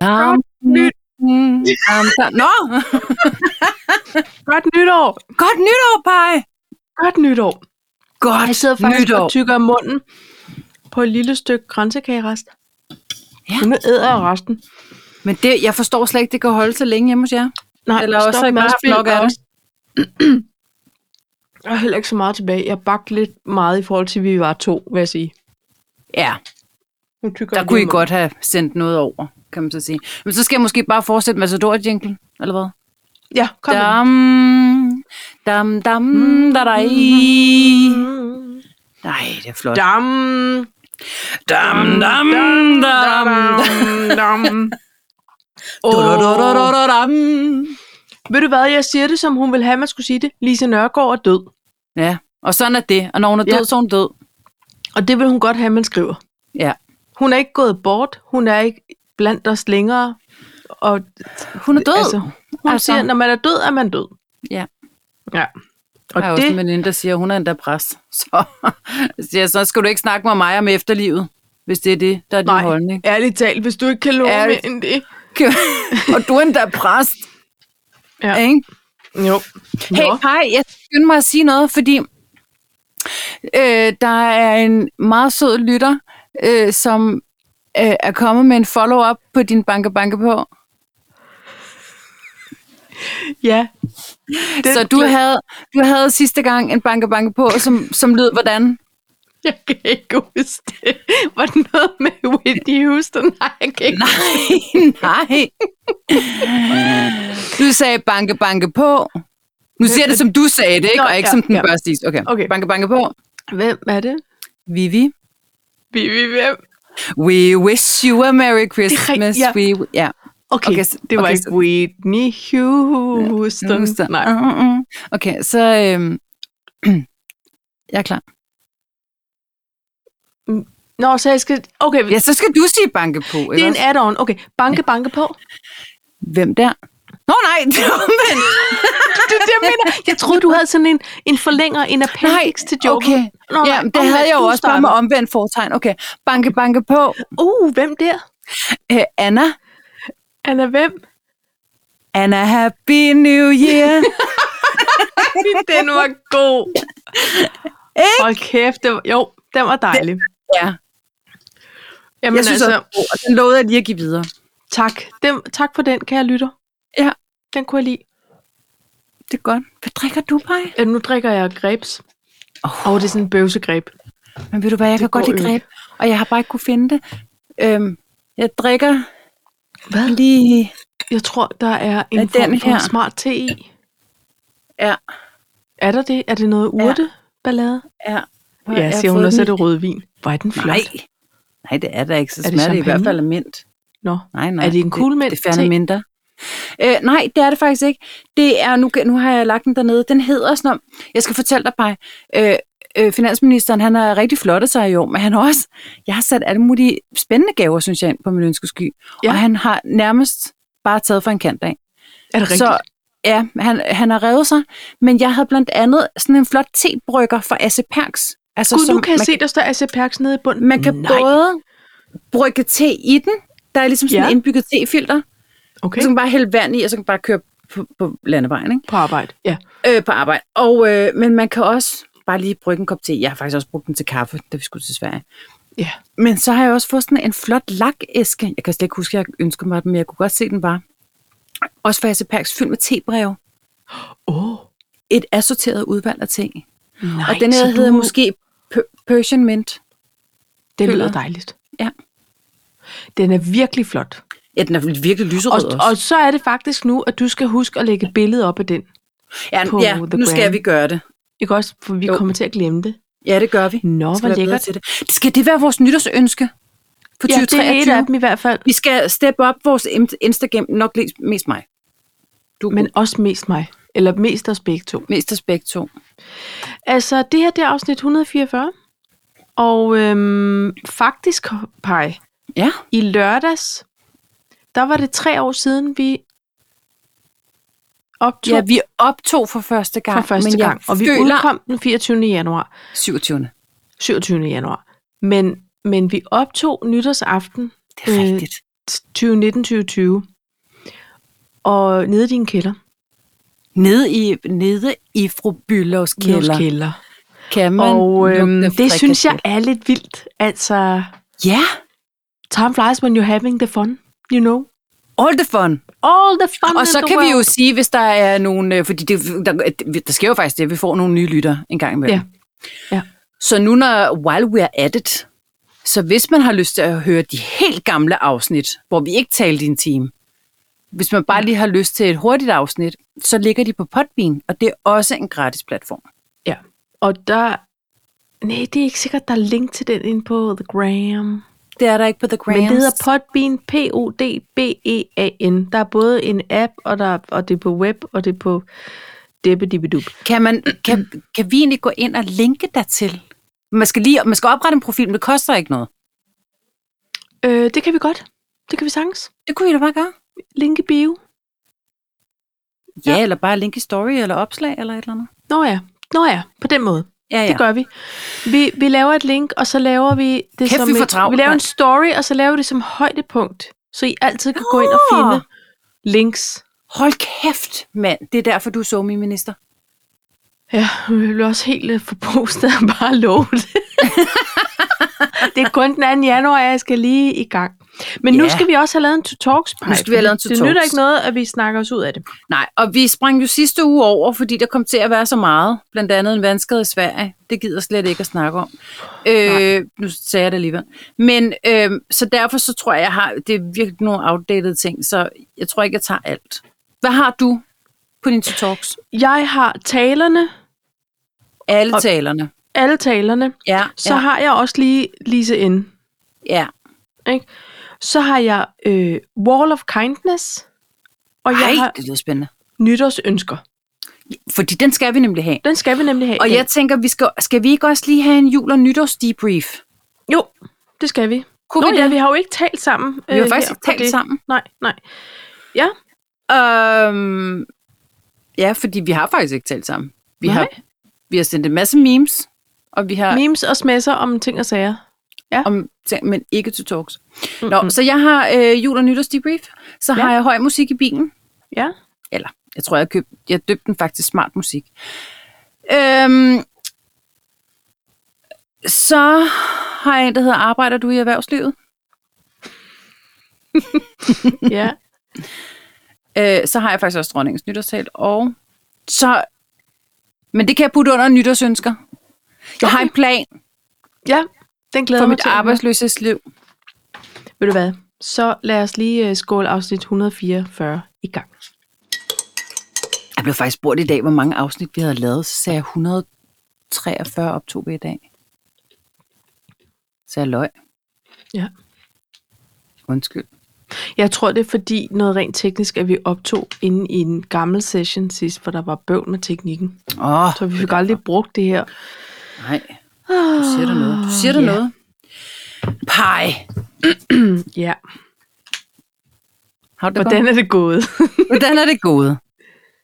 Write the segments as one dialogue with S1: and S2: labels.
S1: Godt nyt. Mm, Nå!
S2: Godt nytår!
S1: Godt nytår, Paj!
S2: Godt nytår!
S1: Godt
S2: Jeg sidder faktisk
S1: nytår.
S2: og tykker munden på et lille stykke grøntsagerest.
S1: Ja.
S2: Ja. Nu æder jeg resten.
S1: Men det, jeg forstår slet ikke, det kan holde så længe hjemme hos jer.
S2: Nej,
S1: Eller også
S2: stop
S1: ikke
S2: med at
S1: bare
S2: spille
S1: flok af det.
S2: også. Jeg har heller ikke så meget tilbage. Jeg bagte lidt meget i forhold til, at vi var to, vil jeg sige.
S1: Ja,
S2: Nu tykker
S1: der
S2: jeg
S1: kunne I
S2: lige
S1: godt have sendt noget over, kan man så sige. Men så skal jeg måske bare fortsætte med Sador jingle eller hvad?
S2: munden. Ja, kom da.
S1: Dam, dam, dam, da, da, Nej, det er flot.
S2: Dam,
S1: Dam, dam,
S2: dam,
S1: dam.
S2: dam.
S1: Du, du, du, du, du, du, dam.
S2: Ved du hvad, jeg siger det, som hun ville have, man skulle sige det. Lise Nørgaard er død.
S1: Ja, og sådan er det. Og når hun er død,
S2: Ja.
S1: så er hun død.
S2: Og det vil hun godt have, man skriver.
S1: Ja.
S2: Hun er ikke gået bort. Hun er ikke blandt os længere. Og
S1: Hun er død.
S2: Altså, hun
S1: Altså.
S2: altså. siger, når man er død, er man død.
S1: Ja.
S2: Ja.
S1: Og
S2: Og
S1: jeg har det... også en
S2: det,
S1: veninde, der siger, at hun er endda præst. Så, så siger, jeg, så skal du ikke snakke med mig om efterlivet, hvis det er det, der er din
S2: nej,
S1: holdning.
S2: ærligt talt, hvis du ikke kan love
S1: Ærligt.
S2: mere end det.
S1: og du er endda præst,
S2: Ja.
S1: ikke?
S2: Jo.
S1: Hey,
S2: Nå.
S1: hej, jeg skynder mig at sige noget, fordi øh, der er en meget sød lytter, øh, som øh, er kommet med en follow-up på din banke banke på.
S2: Ja. Den
S1: så du
S2: glæ-
S1: havde, du havde sidste gang en banke banke på, som, som lød hvordan?
S2: Jeg kan ikke huske det. Var det noget med Whitney Houston? Nej, jeg kan ikke. Nej.
S1: Nej. Du sagde banke, banke på. Nu siger jeg det, som du sagde det, ikke?
S2: Nå,
S1: Og ikke
S2: ja,
S1: som den
S2: ja.
S1: første is. Okay.
S2: Okay.
S1: Banke, banke på.
S2: Hvem er det?
S1: Vivi.
S2: Vi, vi, hvem?
S1: We wish you a Merry Christmas.
S2: ja.
S1: We, ja.
S2: Okay,
S1: Okay,
S2: okay
S1: s-
S2: det
S1: okay,
S2: var okay, ikke
S1: så-
S2: Whitney Houston.
S1: Husk det.
S2: Nej.
S1: Uh, uh, uh. Okay, så... Øhm, jeg er klar.
S2: Nå, så jeg skal... Okay,
S1: Ja, så skal du sige banke på, ikke
S2: det er en
S1: også?
S2: add-on. Okay, banke, banke på.
S1: Hvem der? Nå nej, det er omvendt.
S2: Det er det, jeg mener. Jeg troede, du havde sådan en, en forlænger, en appendix til joken.
S1: okay.
S2: Nå,
S1: ja, men det
S2: omvendt,
S1: havde jeg jo
S2: du
S1: også bare med omvendt fortegn. Okay, banke, banke på.
S2: starter. Uh, hvem der?
S1: Øh, Anna,
S2: Anna, hvem?
S1: And a happy new year.
S2: Den var god.
S1: Ikke?
S2: Hold kæft, det var, jo, den var dejlig.
S1: ja,
S2: Jamen
S1: men jeg synes, altså, at den lovede jeg lige at give videre.
S2: tak. Den, tak for den, kære lytter.
S1: Ja.
S2: Den kunne jeg lide.
S1: Det er godt. Hvad drikker du, Paj?
S2: Ja, nu drikker jeg grebs. Åh, oh. oh, det er sådan en bøvsegreb.
S1: Men ved du hvad, jeg
S2: Det
S1: kan godt
S2: går
S1: lide
S2: jo
S1: greb,
S2: ikke.
S1: og jeg har bare ikke kunne finde det. Øhm, jeg drikker
S2: Hvad?
S1: lige...
S2: Jeg tror, der er en
S1: Er
S2: er
S1: den
S2: form for
S1: her?
S2: smart te i.
S1: Ja,
S2: Er der det? Er det noget urteballade?
S1: ja. Hvor
S2: Ja,
S1: jeg
S2: siger
S1: har
S2: hun,
S1: fået
S2: og så er
S1: den
S2: det rødvin. Hvor er den
S1: i-
S2: flot.
S1: Nej. Nej, det er der ikke. Så
S2: Er det
S1: smager det, i hvert
S2: champagne?
S1: fald af mint.
S2: Nå.
S1: Nej, nej.
S2: Er det en
S1: det,
S2: kuglmænd
S1: det fjerner
S2: te?
S1: mindre. Øh, nej, det er det faktisk ikke. Det er, nu, nu har jeg lagt den dernede. Den hedder sådan om, jeg skal fortælle dig, Paj. Øh, øh, finansministeren, han har rigtig flottet sig i år, men han har også, jeg har sat alle mulige spændende gaver, synes jeg, ind på min ønskesky. Ja.
S2: Ja.
S1: Og han har nærmest bare taget for en kant af.
S2: Er det rigtigt?
S1: Så ja, han, han har revet sig, men jeg havde blandt andet sådan en flot tebrygger fra Asse Perks. Altså,
S2: Gud, nu
S1: som
S2: kan jeg
S1: man
S2: se, der står AC Perks nede i bunden.
S1: man kan
S2: Nej.
S1: både brygge te i den, der er ligesom sådan ja.
S2: Ja.
S1: en indbygget tefilter, okay.
S2: Okay,
S1: så kan man bare hælde vand i, og så kan man bare køre på, på landevejen ikke?
S2: på arbejde. Ja.
S1: Øh, på arbejde. Og, øh, men man kan også bare lige brygge en kop te. Jeg har faktisk også brugt den til kaffe, da vi skulle til Sverige.
S2: ja.
S1: Men så har jeg også fået sådan en flot lakæske. Jeg kan slet ikke huske, at jeg ønskede mig den, men jeg kunne godt se den bare. Også fra AC Perks, fyldt med tebreve.
S2: Åh, oh,
S1: Et assorteret udvalg af te.
S2: nej.
S1: og den her
S2: så
S1: hedder måske P- Persian Mint.
S2: Det lyder
S1: Køller.
S2: dejligt.
S1: Ja.
S2: Den er virkelig flot.
S1: Ja, den er virkelig lyserød
S2: Og,
S1: også.
S2: og så er det faktisk nu, at du skal huske at lægge billedet op af den.
S1: ja,
S2: på
S1: ja,
S2: The
S1: nu skal
S2: Gram.
S1: vi gøre det.
S2: Ikke også? For vi
S1: Jo.
S2: jo. kommer til at glemme det.
S1: Ja, det gør vi.
S2: Nå,
S1: skal
S2: hvor
S1: være bedre
S2: lækkert.
S1: til det. Skal det være vores nytårsønske for
S2: Ja, det er et
S1: 2023?
S2: af dem i hvert fald.
S1: vi skal steppe op vores in- Instagram, nok lidt mest mig. Du er
S2: Men
S1: Men
S2: også mest mig. Eller mest os begge to.
S1: mest aspekt to.
S2: Altså, det her det er afsnit 144. Og øhm, faktisk, Paj,
S1: Ja,
S2: i lørdags, der var det tre år siden, vi optog
S1: ja, vi optog for første gang.
S2: for første
S1: men jeg
S2: gang. Og vi
S1: føler
S2: udkom den 24. januar.
S1: 27.
S2: 27. januar. Men, men vi optog nytårsaften
S1: Det er
S2: Øh,
S1: rigtigt.
S2: 2019-2020, og nede i din kælder.
S1: Nede i, nede i fru Byllovs kælder,
S2: kælder.
S1: kan man
S2: Og øhm,
S1: lugte
S2: det synes jeg
S1: frikadeller.
S2: er lidt vildt. Altså,
S1: Ja,
S2: time flies when you're having the fun, you know.
S1: all the fun.
S2: All the fun
S1: Og
S2: in
S1: så
S2: the
S1: kan
S2: world.
S1: vi jo sige, hvis der er nogle... øh, Fordi det, der, der sker jo faktisk det, at vi får nogle nye lytter en gang imellem.
S2: Ja. Ja.
S1: Så nu, når while we're at it, så hvis man har lyst til at høre de helt gamle afsnit, hvor vi ikke talte i en time, hvis man bare lige har lyst til et hurtigt afsnit, så ligger de på Podbean, og det er også en gratis platform.
S2: Ja, og der... Nej, det er ikke sikkert, der er link til den inde på The Gram.
S1: Det er der ikke på The Grams.
S2: Men det hedder Podbean, P-O-D-B-E-A-N. Der er både en app, og, der, og det er på web, og det er på debbedibidup.
S1: Kan, man, kan, kan vi egentlig gå ind og linke dertil? Man skal, lige, man skal oprette en profil, men det koster ikke noget.
S2: Øh, det kan vi godt. Det kan vi sagtens.
S1: Det kunne I da bare gøre.
S2: Link i bio.
S1: Ja,
S2: Ja.
S1: eller bare link i story eller opslag eller et eller andet.
S2: Nå ja, Nå ja. på den måde.
S1: Ja, ja.
S2: Det gør vi. vi. Vi laver et link, og så laver vi det
S1: Kæft,
S2: som
S1: vi får
S2: et,
S1: travlt,
S2: vi laver en
S1: mand.
S2: story, og så laver vi det som højdepunkt. Så I altid kan gå ind og
S1: Nå.
S2: finde links.
S1: Hold kæft, mand. Det er derfor, du er somi-minister.
S2: Ja, jeg blev også helt øh, forpostet at bare love det. det er kun den 2. januar, jeg skal lige i gang. Men nu
S1: Ja.
S2: skal vi også have lavet en to talks
S1: Nu skal vi have lavet en to
S2: Det nytter
S1: talks.
S2: ikke noget, at vi snakker os ud af det.
S1: Nej, og vi sprang jo sidste uge over, fordi der kom til at være så meget. Blandt andet en vandskade i Sverige. Det gider jeg slet ikke at snakke om. Øh, nu sagde jeg det alligevel. Men øh, så derfor så tror jeg, jeg har, det er virkelig nogle outdated ting, så jeg tror ikke, jeg tager alt. Hvad har du på dine talks?
S2: Jeg har talerne,
S1: Alle
S2: Og-
S1: talerne.
S2: alle talerne.
S1: Ja,
S2: Så
S1: ja,
S2: har jeg også lige Lise N.
S1: ja.
S2: Ikke? Så har jeg øh, Wall of Kindness. Og jeg
S1: Ej,
S2: har
S1: det lyder spændende.
S2: nytårsønsker.
S1: Fordi den skal vi nemlig have.
S2: Den skal vi nemlig have. i
S1: Og
S2: dag.
S1: jeg tænker, vi skal, skal vi ikke også lige have en jul- og nytårs-debrief?
S2: Jo, det skal vi.
S1: Kunne
S2: Nå,
S1: vi
S2: ja,
S1: det?
S2: vi har jo ikke talt sammen.
S1: Vi har
S2: øh,
S1: faktisk
S2: her
S1: ikke
S2: på
S1: talt
S2: det.
S1: sammen.
S2: Nej, nej. Ja,
S1: Øhm, ja, fordi vi har faktisk ikke talt sammen. Vi
S2: Nej.
S1: har, vi har sendt en masse memes, og vi har
S2: memes og sms'er om ting og sager.
S1: om ting, men ikke til talks. Nå, så jeg har øh, jul- og nytårs debrief, så
S2: Ja.
S1: har jeg høj musik i bilen,
S2: Ja.
S1: eller jeg tror, jeg købte, jeg døbte den faktisk smart musik. Øhm, så har jeg en, der hedder Arbejder du i erhvervslivet?
S2: ja.
S1: Øh, så har jeg faktisk også dronningens nytårstal, og så... Men det kan jeg putte under nytårsønsker. Jeg har en plan,
S2: Ja, den glæder
S1: for
S2: jeg mig
S1: mit
S2: til. at
S1: arbejdsløshedsliv.
S2: høre. Ved du hvad? Så lad os lige øh, skåle afsnit 144 i gang.
S1: Jeg blev faktisk spurgt i dag, hvor mange afsnit vi havde lavet. Så sagde jeg 143 optog vi i dag. Så jeg løg.
S2: Ja.
S1: Undskyld.
S2: Jeg tror, det er fordi noget rent teknisk, at vi optog inde i en gammel session sidst, hvor der var bøvl med teknikken.
S1: Åh, oh,
S2: Så vi fik aldrig brugt det her.
S1: nej. Du siger der noget. Du siger der
S2: Ja.
S1: noget. Pej.
S2: Ja.
S1: Har du det
S2: Hvordan er det gået?
S1: godt? Hvordan er det gået?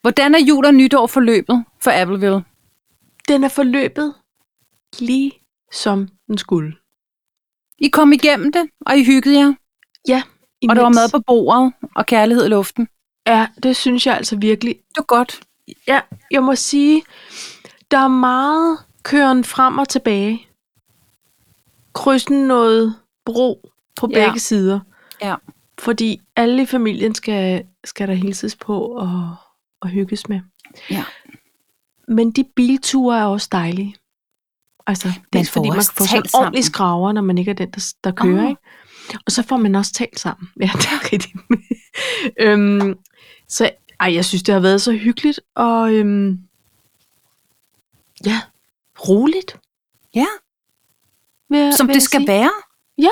S1: Hvordan er jul og nytår forløbet for Appleville?
S2: den er forløbet lige som den skulle.
S1: I kom igennem det, og I hyggede jer.
S2: Ja,
S1: Og der var mad
S2: imens.
S1: på bordet, og kærlighed i luften.
S2: Ja, det synes jeg altså virkelig.
S1: Det var godt.
S2: Ja, jeg må sige, der er meget køren frem og tilbage. Krydsen noget bro på
S1: Ja.
S2: ja. begge sider.
S1: Ja.
S2: Fordi alle i familien skal, skal der hilses på og, og hygges med.
S1: Ja.
S2: Men de bilture er også dejlige. Altså, det er
S1: får
S2: fordi, man
S1: også
S2: kan få sådan
S1: talt sammen.
S2: ordentlig skraver, når man ikke er den, der, der kører.
S1: Åh.
S2: Ikke? Og så får man også talt sammen. Ja, det er rigtigt. øhm, så ej, jeg synes, det har været så hyggeligt og øhm, ja, roligt.
S1: Ja.
S2: Vil, jeg-
S1: Som
S2: vil
S1: det
S2: jeg
S1: skal
S2: sige.
S1: være.
S2: Ja.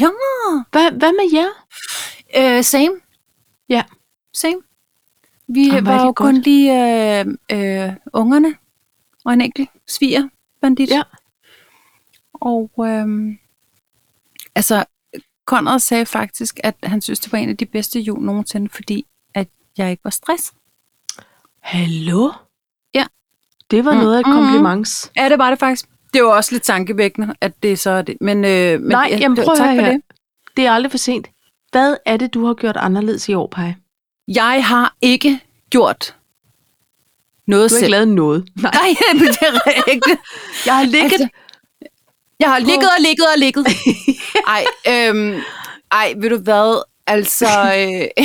S1: Ja.
S2: Hvad, hvad med jer?
S1: Øh, same.
S2: Ja.
S1: Same. Vi
S2: Jamen,
S1: Jamen,
S2: hvor er
S1: var
S2: det
S1: jo kun
S2: godt.
S1: lige øh, øh, ungerne og en enkelt sviger bandit.
S2: Ja.
S1: Og øh, altså, Conrad sagde faktisk, at han synes, det var en af de bedste jul nogensinde, fordi at jeg ikke var stress.
S2: Hallo?
S1: Ja.
S2: Det var
S1: Mm,
S2: noget af et
S1: mm, mm.
S2: kompliments.
S1: Ja, det var det faktisk. Det var også lidt tankevækkende, at det så er det. Men, øh, men
S2: Nej,
S1: ja,
S2: jamen
S1: det-
S2: prøv at
S1: tak
S2: høre
S1: for
S2: her.
S1: det.
S2: Det er aldrig for sent. Hvad er det, du har gjort anderledes i år, Paj?
S1: Jeg har ikke gjort noget
S2: Du har
S1: selv.
S2: ikke lavet noget.
S1: Nej, men det er rigtigt.
S2: Jeg har ligget.
S1: Altså,
S2: Altså,
S1: Jeg har ligget og ligget og ligget. Ej, øhm, ej ved du hvad? Altså, øh,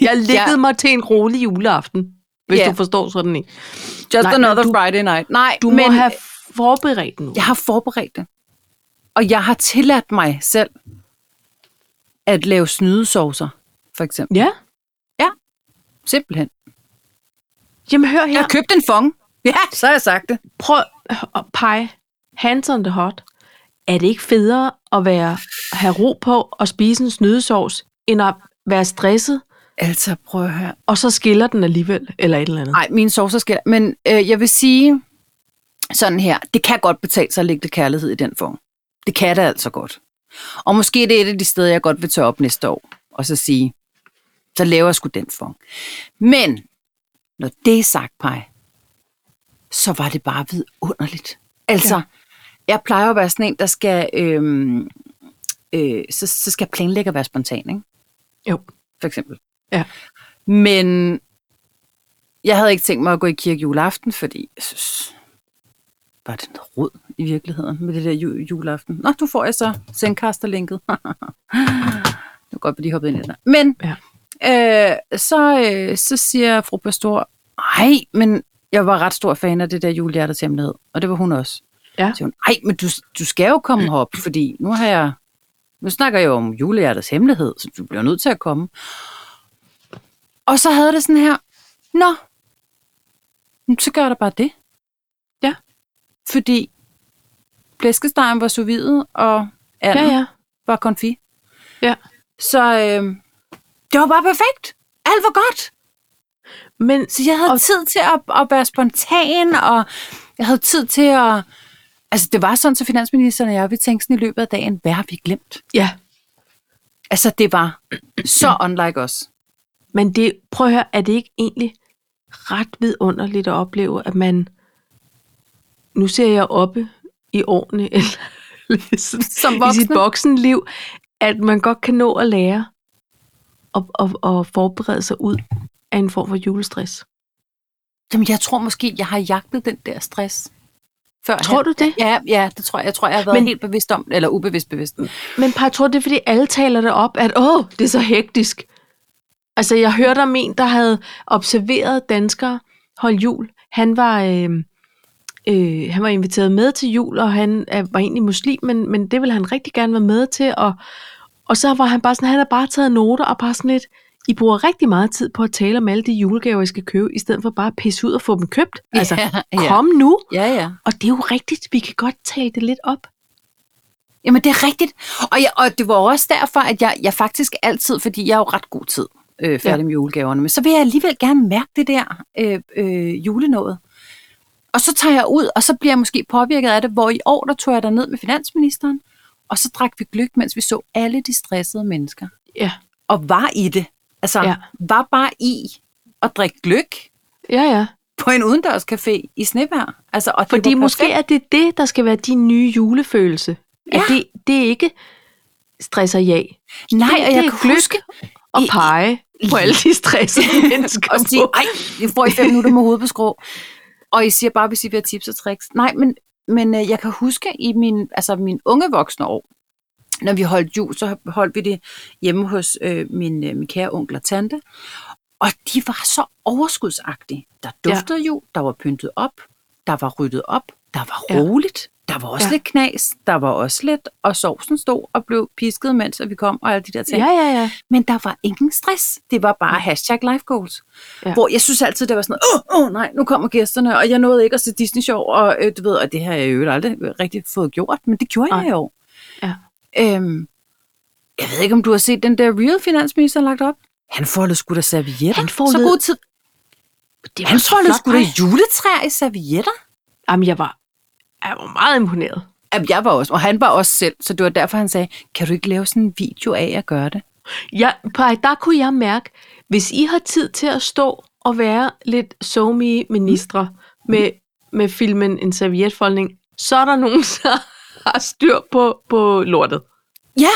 S2: jeg liggede ja. mig til en rolig juleaften, hvis
S1: Ja.
S2: ja. du forstår sådan en.
S1: just
S2: Nej,
S1: Nej,
S2: men
S1: another
S2: du-
S1: du, Friday night. Nej,
S2: Du men,
S1: men
S2: må have forberedt noget.
S1: jeg har forberedt det. Og jeg har tilladt mig selv at lave snydesaucer, for eksempel.
S2: ja.
S1: Simpelthen.
S2: Jamen hør
S1: Jeg
S2: her.
S1: har købt en fong. Ja, så har jeg sagt det.
S2: Prøv at pege hands on the hot. Er det ikke federe at være, have ro på og spise en snydesovs, end at være stresset,
S1: Altså, prøv at høre.
S2: og så skiller den alligevel, eller et eller andet?
S1: Nej, mine saucer skal... Men øh, jeg vil sige sådan her. Det kan godt betale sig at lægge lidt kærlighed i den form. Det kan det altså godt. Og måske er det et af de steder, jeg godt vil tage op næste år. Og så sige, så laver jeg sgu den form. Men, når det er sagt, Paj, så var det bare vidunderligt. Altså, ja. jeg plejer at være sådan en, der skal... Øhm, øh, så, så skal jeg planlægge at være spontan, ikke?
S2: Jo.
S1: for eksempel.
S2: Ja.
S1: Men jeg havde ikke tænkt mig at gå i kirke juleaften, fordi jeg synes, var det noget rod i virkeligheden med det der ju- juleaften. Nå, nu får jeg så sendkasterlinket. det var godt, at de hoppede ind i det. der. Men øh, så, øh, så siger fru Pastor, nej, men jeg var ret stor fan af det der julehjertets hemmelighed, og det var hun også.
S2: Ja.
S1: Så siger hun, nej, men du, du skal jo komme herop, fordi nu har jeg, nu snakker jeg jo om julehjertets hemmelighed, så du bliver nødt til at komme. Og så havde det sådan her, nå, men så gør der bare det.
S2: Ja.
S1: Fordi flæskestegen var soviet, og
S2: Ja,
S1: anden ja, ja.
S2: ja.
S1: var konfi.
S2: ja.
S1: Så øh, det var bare perfekt. Alt var godt.
S2: Men
S1: Så jeg havde og...
S2: Og-
S1: tid til at, at være spontan, og jeg havde tid til at... Altså, det var sådan, så finansministeren og jeg, vi tænkte sådan i løbet af dagen, hvad har vi glemt?
S2: ja,
S1: Altså, det var så unlike os.
S2: Men det, prøv at høre, er det ikke egentlig ret vidunderligt at opleve, at man, nu ser jeg oppe i årene, eller ligesom,
S1: Som
S2: i sit
S1: voksne.
S2: voksenliv, at man godt kan nå at lære og, og, og forberede sig ud af en form for julestress.
S1: Jamen, jeg tror måske, jeg har jagtet den der stress. Før
S2: Tror du det?
S1: Ja, ja, det tror jeg. Jeg tror, jeg har været Men...
S2: Men-
S1: helt bevidst om, eller ubevidst bevidst.
S2: Men par, jeg tror, det er, fordi alle taler det op, at åh, det er så hektisk. Altså, jeg hørte om en, der havde observeret danskere holde jul. Han var, øh, øh, han var inviteret med til jul, og han øh, var egentlig muslim, men, men det ville han rigtig gerne være med til. Og, og så var han bare sådan, han havde bare taget noter og bare sådan lidt, I bruger rigtig meget tid på at tale om alle de julegaver, I skal købe, i stedet for bare at pisse ud og få dem købt. Altså,
S1: ja.
S2: kom nu.
S1: Ja, ja.
S2: Og det er jo rigtigt, vi kan godt tale det lidt op.
S1: Jamen, det er rigtigt. Og, jeg, og det var også derfor, at jeg, jeg faktisk altid, fordi jeg er jo ret god tid øh, færdig
S2: Ja.
S1: med julegaverne, men så vil jeg alligevel gerne mærke det der øh, øh, julenået. Og så tager jeg ud, og så bliver jeg måske påvirket af det, hvor i år, der tog jeg ned med finansministeren, og så drak vi gløk, mens vi så alle de stressede mennesker.
S2: Ja,
S1: Og var i det. Altså, ja.
S2: Ja.
S1: var bare i at drikke gløk
S2: ja, ja.
S1: på en udendørscafé i snevejr. Altså, og det
S2: Fordi
S1: var
S2: måske
S1: perfekt.
S2: er det det, der skal være din nye julefølelse. Ja. At
S1: Ja.
S2: det, det er ikke stress og jag.
S1: Nej,
S2: det-
S1: og
S2: det
S1: jeg
S2: er
S1: kan
S2: gløgg.
S1: huske,
S2: Og
S1: I-
S2: pege på alle de stressede mennesker.
S1: og sige,
S2: på.
S1: ej, det får I fem minutter med hovedet på skrå. Og I siger bare, hvis I vil have tips og tricks. Nej, men, men øh, jeg kan huske i min, altså min unge voksne år, når vi holdt jul, så holdt vi det hjemme hos øh, min, øh, min kære onkel og tante. Og de var så overskudsagtige. Der duftede ja. jul, der var pyntet op, der var ryddet op, der var
S2: Ja.
S1: roligt, der var også ja.
S2: Ja.
S1: lidt knas, der var også lidt, og sovsen stod og blev pisket, mens at vi kom, og alle de der ting.
S2: Ja, ja, ja.
S1: Men der var ingen stress. Det var bare hashtag life goals. Mm. Ja.
S2: Ja.
S1: Hvor jeg synes altid, det var sådan, åh, oh, oh, nej, nu kommer gæsterne, og jeg nåede ikke at se Disney Show, og, øh, du ved, og det har jeg jo aldrig rigtig fået gjort, men det gjorde jeg
S2: Nej.
S1: jo.
S2: Ja.
S1: Øhm, jeg ved ikke, om du har set den der real finansminister lagt op? Han foldede sgu da servietter.
S2: Han
S1: så
S2: foldede-
S1: god tid.
S2: Det
S1: Han foldede sgu da
S2: Ej.
S1: juletræer i servietter.
S2: Jamen, jeg var, jeg var meget imponeret.
S1: Jamen, jeg var også, og han var også selv, så det var derfor, han sagde, kan du ikke lave sådan en video af at gøre det?
S2: Ja, pej, der kunne jeg mærke, hvis I har tid til at stå og være lidt somige ministre med, med filmen En servietfoldning, så er der nogen, der har styr på, på lortet.
S1: Ja, det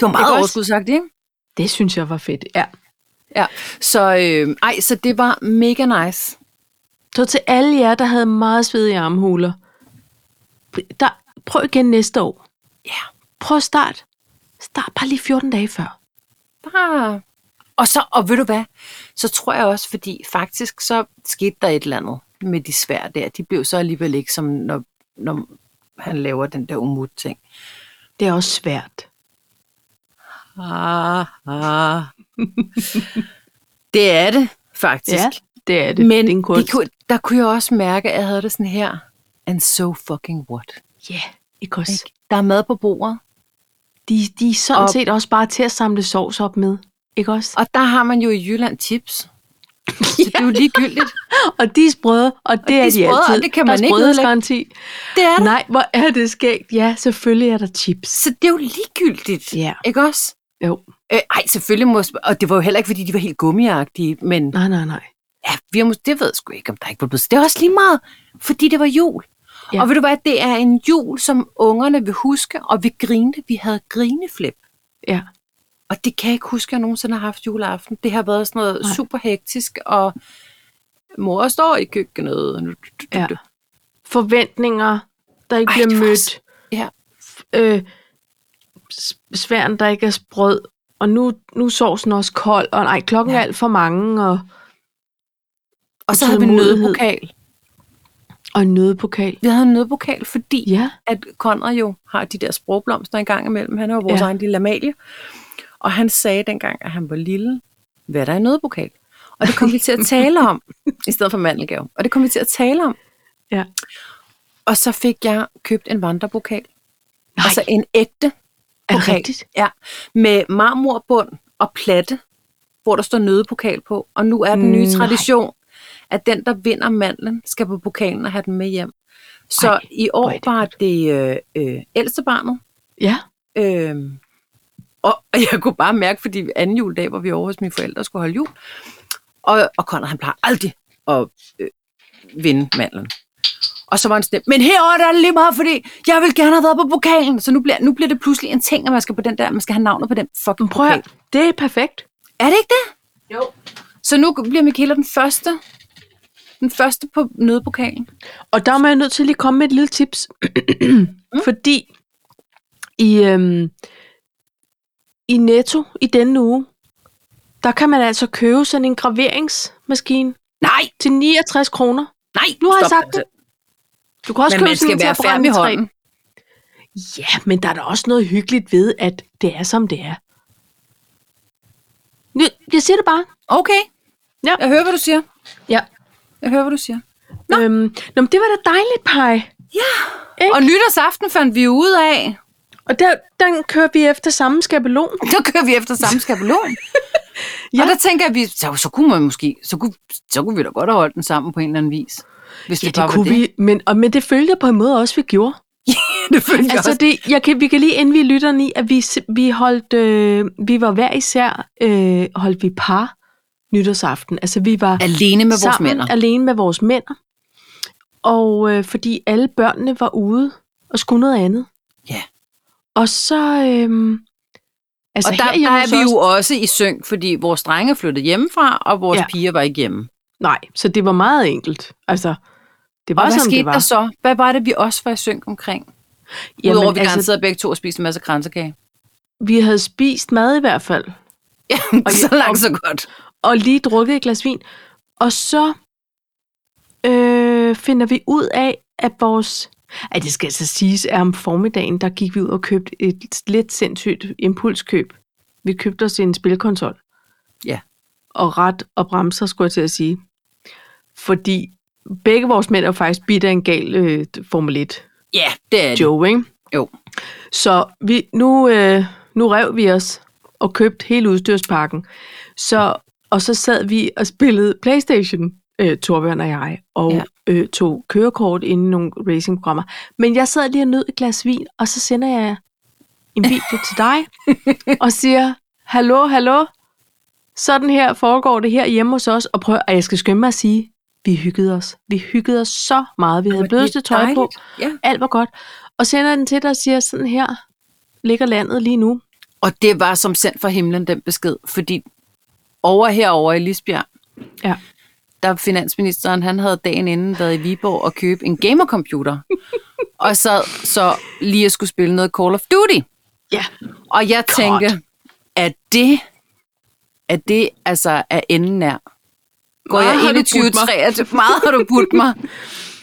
S1: var meget
S2: Ikke også?
S1: overskudsagtigt, ikke?
S2: Det synes jeg var fedt. Ja.
S1: Ja. Så, øh, ej, så det var mega nice.
S2: Så til alle jer, der havde meget svedige armhuler, der, prøv igen næste år.
S1: Ja.
S2: Prøv at start. Start bare lige 14 dage før.
S1: Bare... Og så, og ved du hvad, så tror jeg også, fordi faktisk så skete der et eller andet med de svær der. De blev så alligevel ikke som, når, når han laver den der umut-ting.
S2: Det er også svært.
S1: Ah, ah. det er det, faktisk.
S2: Ja, det er det.
S1: Men
S2: det er en
S1: de
S2: kunst.
S1: kunne, der kunne jeg også mærke, at jeg havde det sådan her. And so fucking what?
S2: Ja, ikke også.
S1: Ikke? Der er mad på bordet,
S2: De, de er sådan
S1: Og-
S2: set også bare til at samle sovs op med. Ikke også?
S1: og der har man jo i Jylland chips. Så det er jo ligegyldigt.
S2: Og de er sprøde, og det er
S1: de
S2: de,
S1: er sprøde,
S2: altid.
S1: og det kan
S2: Der er
S1: man ikke
S2: sprødhedsgaranti.
S1: Det er det.
S2: Nej, hvor er det skægt. Ja, selvfølgelig er der chips.
S1: Så det er jo ligegyldigt,
S2: Ja,
S1: ikke også?
S2: jo.
S1: Øh, ej, selvfølgelig må... sp- Og det var jo heller ikke, fordi de var helt gummiagtige, men
S2: Nej, nej, nej.
S1: ja, vi har, mås- det ved jeg sgu ikke, om der ikke var blevet... Det er også lige meget, fordi det var jul.
S2: Ja.
S1: Ja. Og ved du hvad, det er en jul, som ungerne vil huske, og vi grinede. Vi havde grineflip.
S2: Ja.
S1: Og det kan jeg ikke huske, at jeg nogensinde har haft juleaften. Det har været sådan noget
S2: Nej.
S1: Nej. super hektisk, og mor står i køkkenet.
S2: Ja. Forventninger, der ikke
S1: Ej,
S2: Ej, bliver
S1: det var
S2: mødt.
S1: også- ja.
S2: Øh, s- sværen, der ikke er sprød. Og nu, nu er sovsen også kold, og nej, klokken ja.
S1: Ja.
S2: er alt for mange, og,
S1: Og så havde vi en
S2: Tålmodighed.
S1: nødpokal.
S2: og en nødepokal.
S1: Vi havde en nødpokal, fordi
S2: Ja,
S1: at Conrad jo har de der sprogblomster en gang imellem. Han er jo vores
S2: Ja.
S1: ja. egen lille Amalie. Og han sagde dengang, at han var lille, hvad er der er en nødpokal. Og det kom vi til at tale om, i stedet for mandelgave. Og det kom vi til at tale om.
S2: Ja.
S1: Og så fik jeg købt en vandrepokal.
S2: Nej.
S1: Altså en ægte
S2: er det
S1: pokal.
S2: rigtigt?
S1: Ja, med marmorbund og platte, hvor der står nødepokal på. Og nu er den nye
S2: Mm, Nej.
S1: tradition, at den, der vinder mandlen, skal på pokalen og have den med hjem. Så
S2: Ej,
S1: Ej, i
S2: hvor
S1: år
S2: er det
S1: var det øh, øh, ældste barnet.
S2: Ja,
S1: Øh, og, og jeg kunne bare mærke, fordi anden juledag var vi over hos mine forældre og skulle holde jul. Og, og Conrad, han plejer aldrig at øh, vinde mandlen. Og så var han sådan, men herovre der er det lige meget, fordi jeg vil gerne have været på pokalen. Så nu bliver, nu bliver det pludselig en ting, at man skal på den der, man skal have navnet på den fucking
S2: prøv
S1: pokal.
S2: at, det er perfekt.
S1: Er det ikke det?
S2: Jo.
S1: Så nu bliver Michaela den første, den første på nødpokalen.
S2: Og der er man nødt til at lige komme med et lille tips.
S1: Mm.
S2: Fordi i, øhm, i Netto i denne uge, der kan man altså købe sådan en graveringsmaskine
S1: Nej,
S2: til 69 kroner.
S1: nej,
S2: Nu har jeg
S1: stop Altså,
S2: sagt det. Du kan også
S1: Men
S2: købe
S1: man
S2: sådan en
S1: skal
S2: til
S1: være
S2: at
S1: færdig i
S2: brænde træ.
S1: hånden.
S2: Ja, men der er da også noget hyggeligt ved, at det er, som det er. Nu, Jeg siger det bare.
S1: Okay,
S2: Ja.
S1: jeg hører, hvad du siger.
S2: Ja.
S1: Jeg hører, hvad du siger.
S2: Nå. Øhm, nå, men det var da dejligt, Paj. Ikke?
S1: Og nytårsaften fandt vi ud af,
S2: Og der, den kører vi efter samme skabelon.
S1: så kører vi efter samme skabelon.
S2: Ja.
S1: ja. Og der tænker vi, så, så kunne man måske, så kunne, så kunne vi da godt have holdt den sammen på en eller anden vis. Hvis
S2: Ja,
S1: det, bare
S2: det kunne
S1: var
S2: vi, men, og, men det følte jeg på en måde også, vi gjorde.
S1: Det. det følte jeg
S2: Altså,
S1: også.
S2: det, jeg kan, vi kan lige indvige lytterne i, at vi, sim- vi, holdt, øh, vi var hver især, øh, holdt vi par nytårsaften. Altså, vi var
S1: Alene med vores
S2: sammen
S1: mænd.
S2: alene med vores mænd. Og øh, fordi alle børnene var ude og skulle noget andet.
S1: Ja.
S2: Og så... Øh, altså,
S1: Og der, der
S2: herhjemme
S1: er
S2: hos
S1: vi
S2: os-
S1: jo også i synk, fordi vores drenge flyttede hjemmefra, og vores
S2: Ja.
S1: ja. piger var ikke hjemme.
S2: Nej, så det var meget enkelt. Altså, det var,
S1: Og hvad
S2: som
S1: skete
S2: det var.
S1: der så? Hvad var det, vi også var i synk omkring? Jamen, Udover at vi altså, gerne sidder begge to og spiser en masse kransekage.
S2: vi havde spist mad i hvert fald.
S1: Ja,
S2: og-
S1: så langt så godt.
S2: og lige drukket et glas vin. Og så øh, finder vi ud af, at vores... Ej, det skal altså siges, at om formiddagen, der gik vi ud og købte et lidt sindssygt impulskøb. Vi købte os en spilkonsol.
S1: Ja.
S2: Og ret og bremser, skulle jeg til at sige. Fordi begge vores mænd er jo faktisk bitter en gal øh, Formel 1
S1: Ja, det er det.
S2: Joe, ikke?
S1: Jo.
S2: Så vi, nu, øh, nu rev vi os og købte hele udstyrspakken. Så, og så sad vi og spillede Playstation, øh, Torbjørn og jeg, og ja.
S1: Ja.
S2: øh, tog kørekort inden nogle racingprogrammer. Men jeg sad lige og nød et glas vin, og så sender jeg en video til dig og siger, hallo, hallo, sådan her foregår det her hjemme hos os. Og prøv, og jeg skal skynde mig at sige, vi hyggede os. Vi hyggede os så meget. Vi havde
S1: Jamen, det er
S2: blødeste tøj på.
S1: dejligt. Ja.
S2: Alt var godt. Og sender den til dig og siger sådan her, ligger landet lige nu.
S1: Og det var som sendt fra himlen, den besked. Fordi over herover i Lisbjerg,
S2: Ja.
S1: der finansministeren, han havde dagen inden været i Viborg og købe en gamercomputer. og sad så lige at skulle spille noget Call of Duty.
S2: Ja.
S1: Og jeg
S2: God.
S1: tænkte, at det, at det altså er enden nær. Går
S2: Meget
S1: jeg
S2: har
S1: ind
S2: du
S1: i
S2: budt mig.
S1: 2023, meget har du budt mig.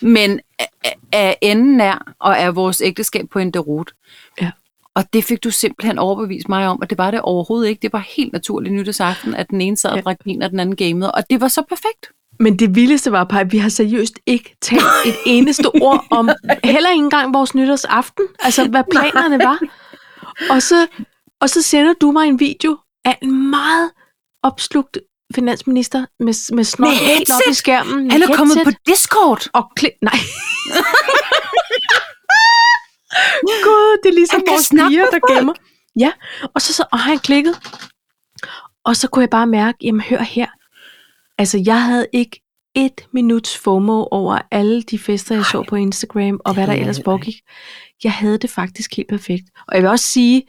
S1: Men er- er- er enden nær, og er vores ægteskab på en derute.
S2: Ja.
S1: Og det fik du simpelthen overbevist mig om, og det var det overhovedet ikke. Det var helt naturligt nytårsaften, at den ene sad og
S2: Ja.
S1: drak vin, og den anden gamede, og det var så perfekt.
S2: Men det vildeste var, Paj, at vi har seriøst ikke talt et eneste ord om, heller ikke engang vores nytårsaften, altså hvad planerne var. Og så, og så sender du mig en video af en meget opslugt finansminister med, med snot
S1: Med
S2: helt op i
S1: headset!
S2: skærmen. med
S1: Han er kommet
S2: headset
S1: på Discord.
S2: Og kli- Nej. Gud, det er ligesom
S1: Han kan
S2: vores
S1: snakke
S2: piger,
S1: med
S2: der
S1: folk.
S2: gemmer. Ja, og så, så og han klikkede. Og så kunne jeg bare mærke, jamen hør her. Altså, jeg havde ikke et minuts FOMO over alle de fester, jeg så på Instagram, og hvad der
S1: havde jeg
S2: ellers
S1: heller ikke.
S2: foregik. Jeg havde det faktisk helt perfekt. Og jeg vil også sige,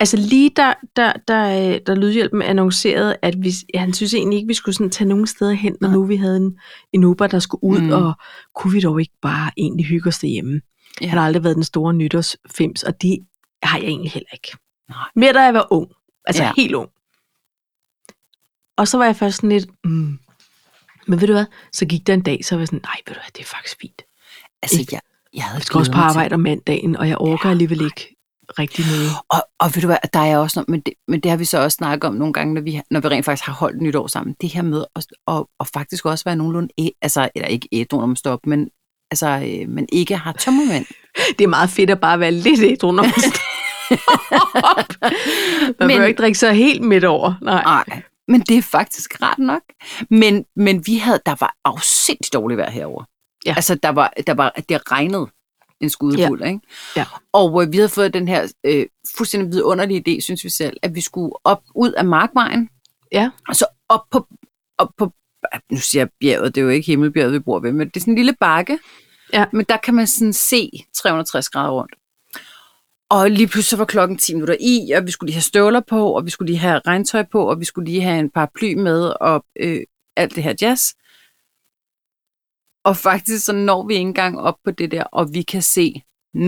S2: altså lige der, der, der, øh, der Lydhjælpen annoncerede, at vi, ja, han synes egentlig ikke, vi skulle sådan tage nogen steder hen, når
S1: Nej.
S2: nu vi havde en, en Uber, der skulle ud,
S1: Mm.
S2: mm. og kunne vi dog ikke bare egentlig hygge os derhjemme.
S1: Ja.
S2: Ja. Han har aldrig været den store nytårsfims, og det har jeg egentlig heller ikke.
S1: Nej.
S2: Mere da jeg var ung. Altså
S1: Ja.
S2: ja. helt ung. Og så var jeg først sådan lidt, mm. men ved du hvad, så gik der en dag, så var jeg sådan, nej, ved du hvad, det er faktisk fint.
S1: Altså,
S2: Ikke?
S1: jeg, jeg havde
S2: Jeg skal også
S1: glædet
S2: på
S1: mig til-
S2: arbejde om mandagen, og jeg overgår alligevel ikke rigtig noget.
S1: Og, og ved du hvad, der er jeg også, noget- men det, men det har vi så også snakket om nogle gange, når vi, når vi rent faktisk har holdt nytår sammen. Det her med at, og, og faktisk også være nogenlunde, æ, altså, eller ikke ædru, når man står op, men, altså, øh, men ikke har tømmermænd.
S2: Det er meget fedt at bare være lidt ædru, når man står op. Man
S1: Men-
S2: men, ikke drikke sig helt midt over. Nej.
S1: Nej, men det er faktisk rart nok. Men, men vi havde, der var afsindigt dårligt vejr herover.
S2: Ja.
S1: Altså, der var, der var, det regnede en skudefuld, ja. ikke?
S2: Ja.
S1: Og øh, vi havde fået den her øh, fuldstændig vidunderlige idé, synes vi selv, at vi skulle op ud af Markvejen.
S2: Ja.
S1: Og så op på, op på nu siger jeg bjerget, det er jo ikke himmelbjerget, vi bor ved, men det er sådan en lille bakke.
S2: Ja.
S1: Men der kan man sådan se 360 grader rundt. Og lige pludselig så var klokken 10 minutter i, og vi skulle lige have støvler på, og vi skulle lige have regntøj på, og vi skulle lige have en paraply med, og øh, alt det her jazz. Og faktisk så når vi ikke engang op på det der, og vi kan se 0%.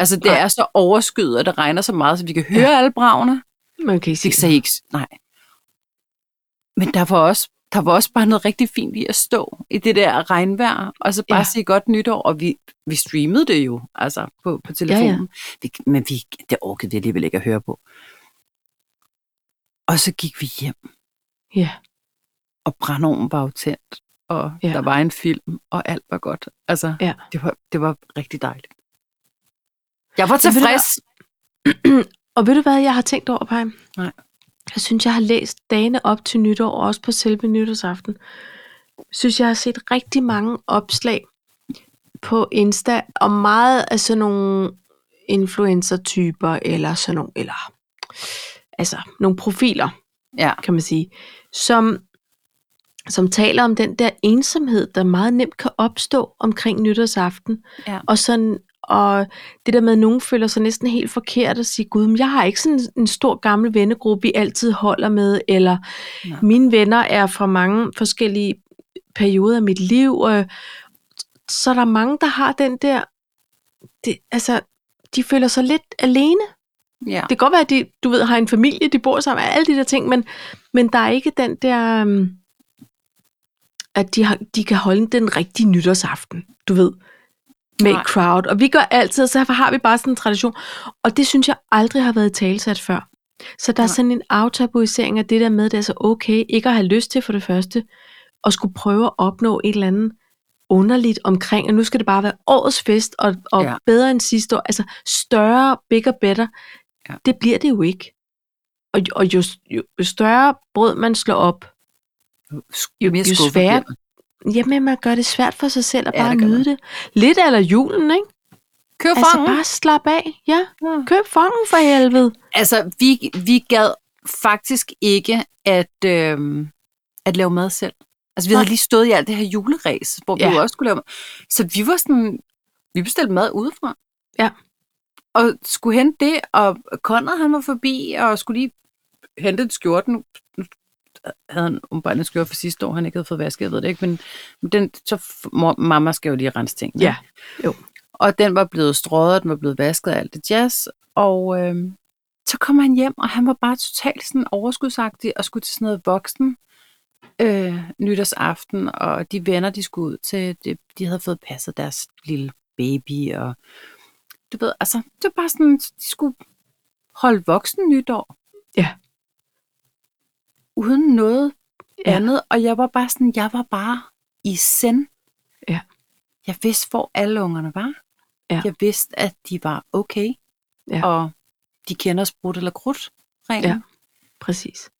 S1: Altså det
S2: Nej.
S1: er så overskyet, og det regner så meget, så vi kan høre ja. alle bravene.
S2: Man kan ikke
S1: Det
S2: sige
S1: sagde ikke,
S2: Mm.
S1: nej. Men der var, også, der var også bare noget rigtig fint i at stå i det der regnvejr, og så bare ja.
S2: Ja.
S1: sige godt nytår, og vi, vi streamede det jo, altså på, på telefonen. Ja,
S2: Ja,
S1: ja. Vi, men vi, det orkede vi alligevel ikke at høre på. Og så gik vi hjem,
S2: Ja.
S1: og brandovnen var jo tændt, og ja.
S2: Ja.
S1: der var en film, og alt var godt. Altså,
S2: Ja.
S1: det, var, det var rigtig dejligt. Jeg var
S2: Men ved du
S1: tilfreds.
S2: Og ved du hvad, jeg har tænkt over, Paj?
S1: Nej.
S2: Jeg synes, jeg har læst dagene op til nytår, og også på selve nytårsaften. Jeg synes, jeg har set rigtig mange opslag på Insta, og meget af sådan nogle influencer-typer, eller sådan nogle, eller altså nogle profiler,
S1: Ja.
S2: kan man sige, som, som taler om den der ensomhed, der meget nemt kan opstå omkring nytårsaften.
S1: Ja.
S2: Og, sådan, og det der med, at nogen føler sig næsten helt forkert og siger, gud, men jeg har ikke sådan en stor gammel vennegruppe, vi altid holder med, eller
S1: Nej.
S2: Nej. mine venner er fra mange forskellige perioder af mit liv. Øh, så er der mange, der har den der, det, altså, de føler sig lidt alene
S1: ja.
S2: det kan godt være, at de du ved, har en familie, de bor sammen, alle de der ting, men, men der er ikke den der, øhm, at de, har, de kan holde den rigtige nytårsaften, du ved, med
S1: Nej.
S2: et crowd. Og vi gør altid, så har vi bare sådan en tradition. Og det synes jeg aldrig har været talsat før. Så der er
S1: Nej.
S2: sådan en aftabuisering af det der med, at det er så okay ikke at have lyst til for det første, og skulle prøve at opnå et eller andet underligt omkring, og nu skal det bare være årets fest, og, og
S1: Ja.
S2: ja. bedre end sidste år, altså større, bigger, better,
S1: Ja.
S2: det bliver det jo ikke. Og, og jo, jo større brød man slår op,
S1: jo, mere
S2: jo
S1: skuffet
S2: sværere
S1: bliver man.
S2: jamen man gør det svært for sig selv at
S1: Ja,
S2: bare
S1: det gør
S2: nyde det. Lidt eller julen, ikke?
S1: Køb
S2: Altså
S1: fangen.
S2: bare slap af. Ja,
S1: Ja.
S2: køb fangen for helvede.
S1: Altså, vi, vi gad faktisk ikke at, øh, at lave mad selv. Altså, vi havde
S2: Nej.
S1: lige stået i alt det her juleræs, hvor ja.
S2: Ja.
S1: vi jo også skulle lave mad. Så vi var sådan, vi bestilte mad udefra.
S2: Ja.
S1: og skulle hente det, og Conrad han var forbi, og skulle lige hente en skjorte. Nu nu havde han umiddelbart en skjorte for sidste år, han ikke havde fået vasket, jeg ved det ikke, men den, så f- mor, mamma skal jo lige rense tingene.
S2: Ja, jo.
S1: Og den var blevet strøget, og den var blevet vasket af alt det jazz, og øhm, så kom han hjem, og han var bare totalt sådan overskudsagtig, og skulle til sådan noget voksen øh, nytårsaften, og de venner, de skulle ud til, det, de havde fået passet deres lille baby, og du ved, altså, det var bare sådan, de skulle holde voksen nytår.
S2: Ja.
S1: Uden noget
S2: Ja.
S1: ja. andet, og jeg var bare sådan, jeg var bare i send.
S2: Ja.
S1: Jeg vidste, hvor alle ungerne var.
S2: Ja.
S1: Jeg vidste, at de var okay.
S2: Ja.
S1: Og de kender sprudt eller krudt.
S2: Ja.
S1: Ja.
S2: Præcis.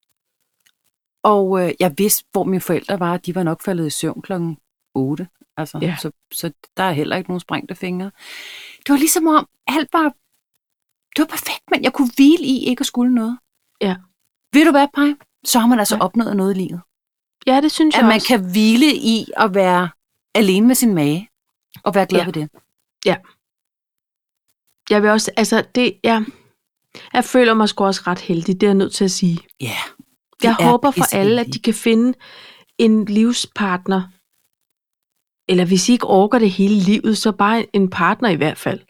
S1: Og øh, jeg vidste, hvor mine forældre var, og de var nok faldet i søvn klokken 8. Altså,
S2: Ja.
S1: ja. så, så der er heller ikke nogen sprængte fingre. Det var ligesom om, alt var, det var perfekt, men jeg kunne hvile i ikke at skulle noget.
S2: Ja.
S1: Ved du hvad, Paj? Så har man altså
S2: Ja.
S1: ja. opnået noget i livet.
S2: Ja, det synes
S1: At
S2: jeg
S1: man
S2: også.
S1: kan hvile i at være alene med sin mage, og være glad
S2: Ja.
S1: ja. ved det.
S2: Jeg vil også, altså det, jeg, jeg føler mig sgu også ret heldig, det er jeg nødt til at sige.
S1: Ja.
S2: Jeg
S1: er
S2: håber for alle, at
S1: pisseheldige.
S2: de kan finde en livspartner, eller hvis I ikke orker det hele livet, så bare en partner i hvert fald,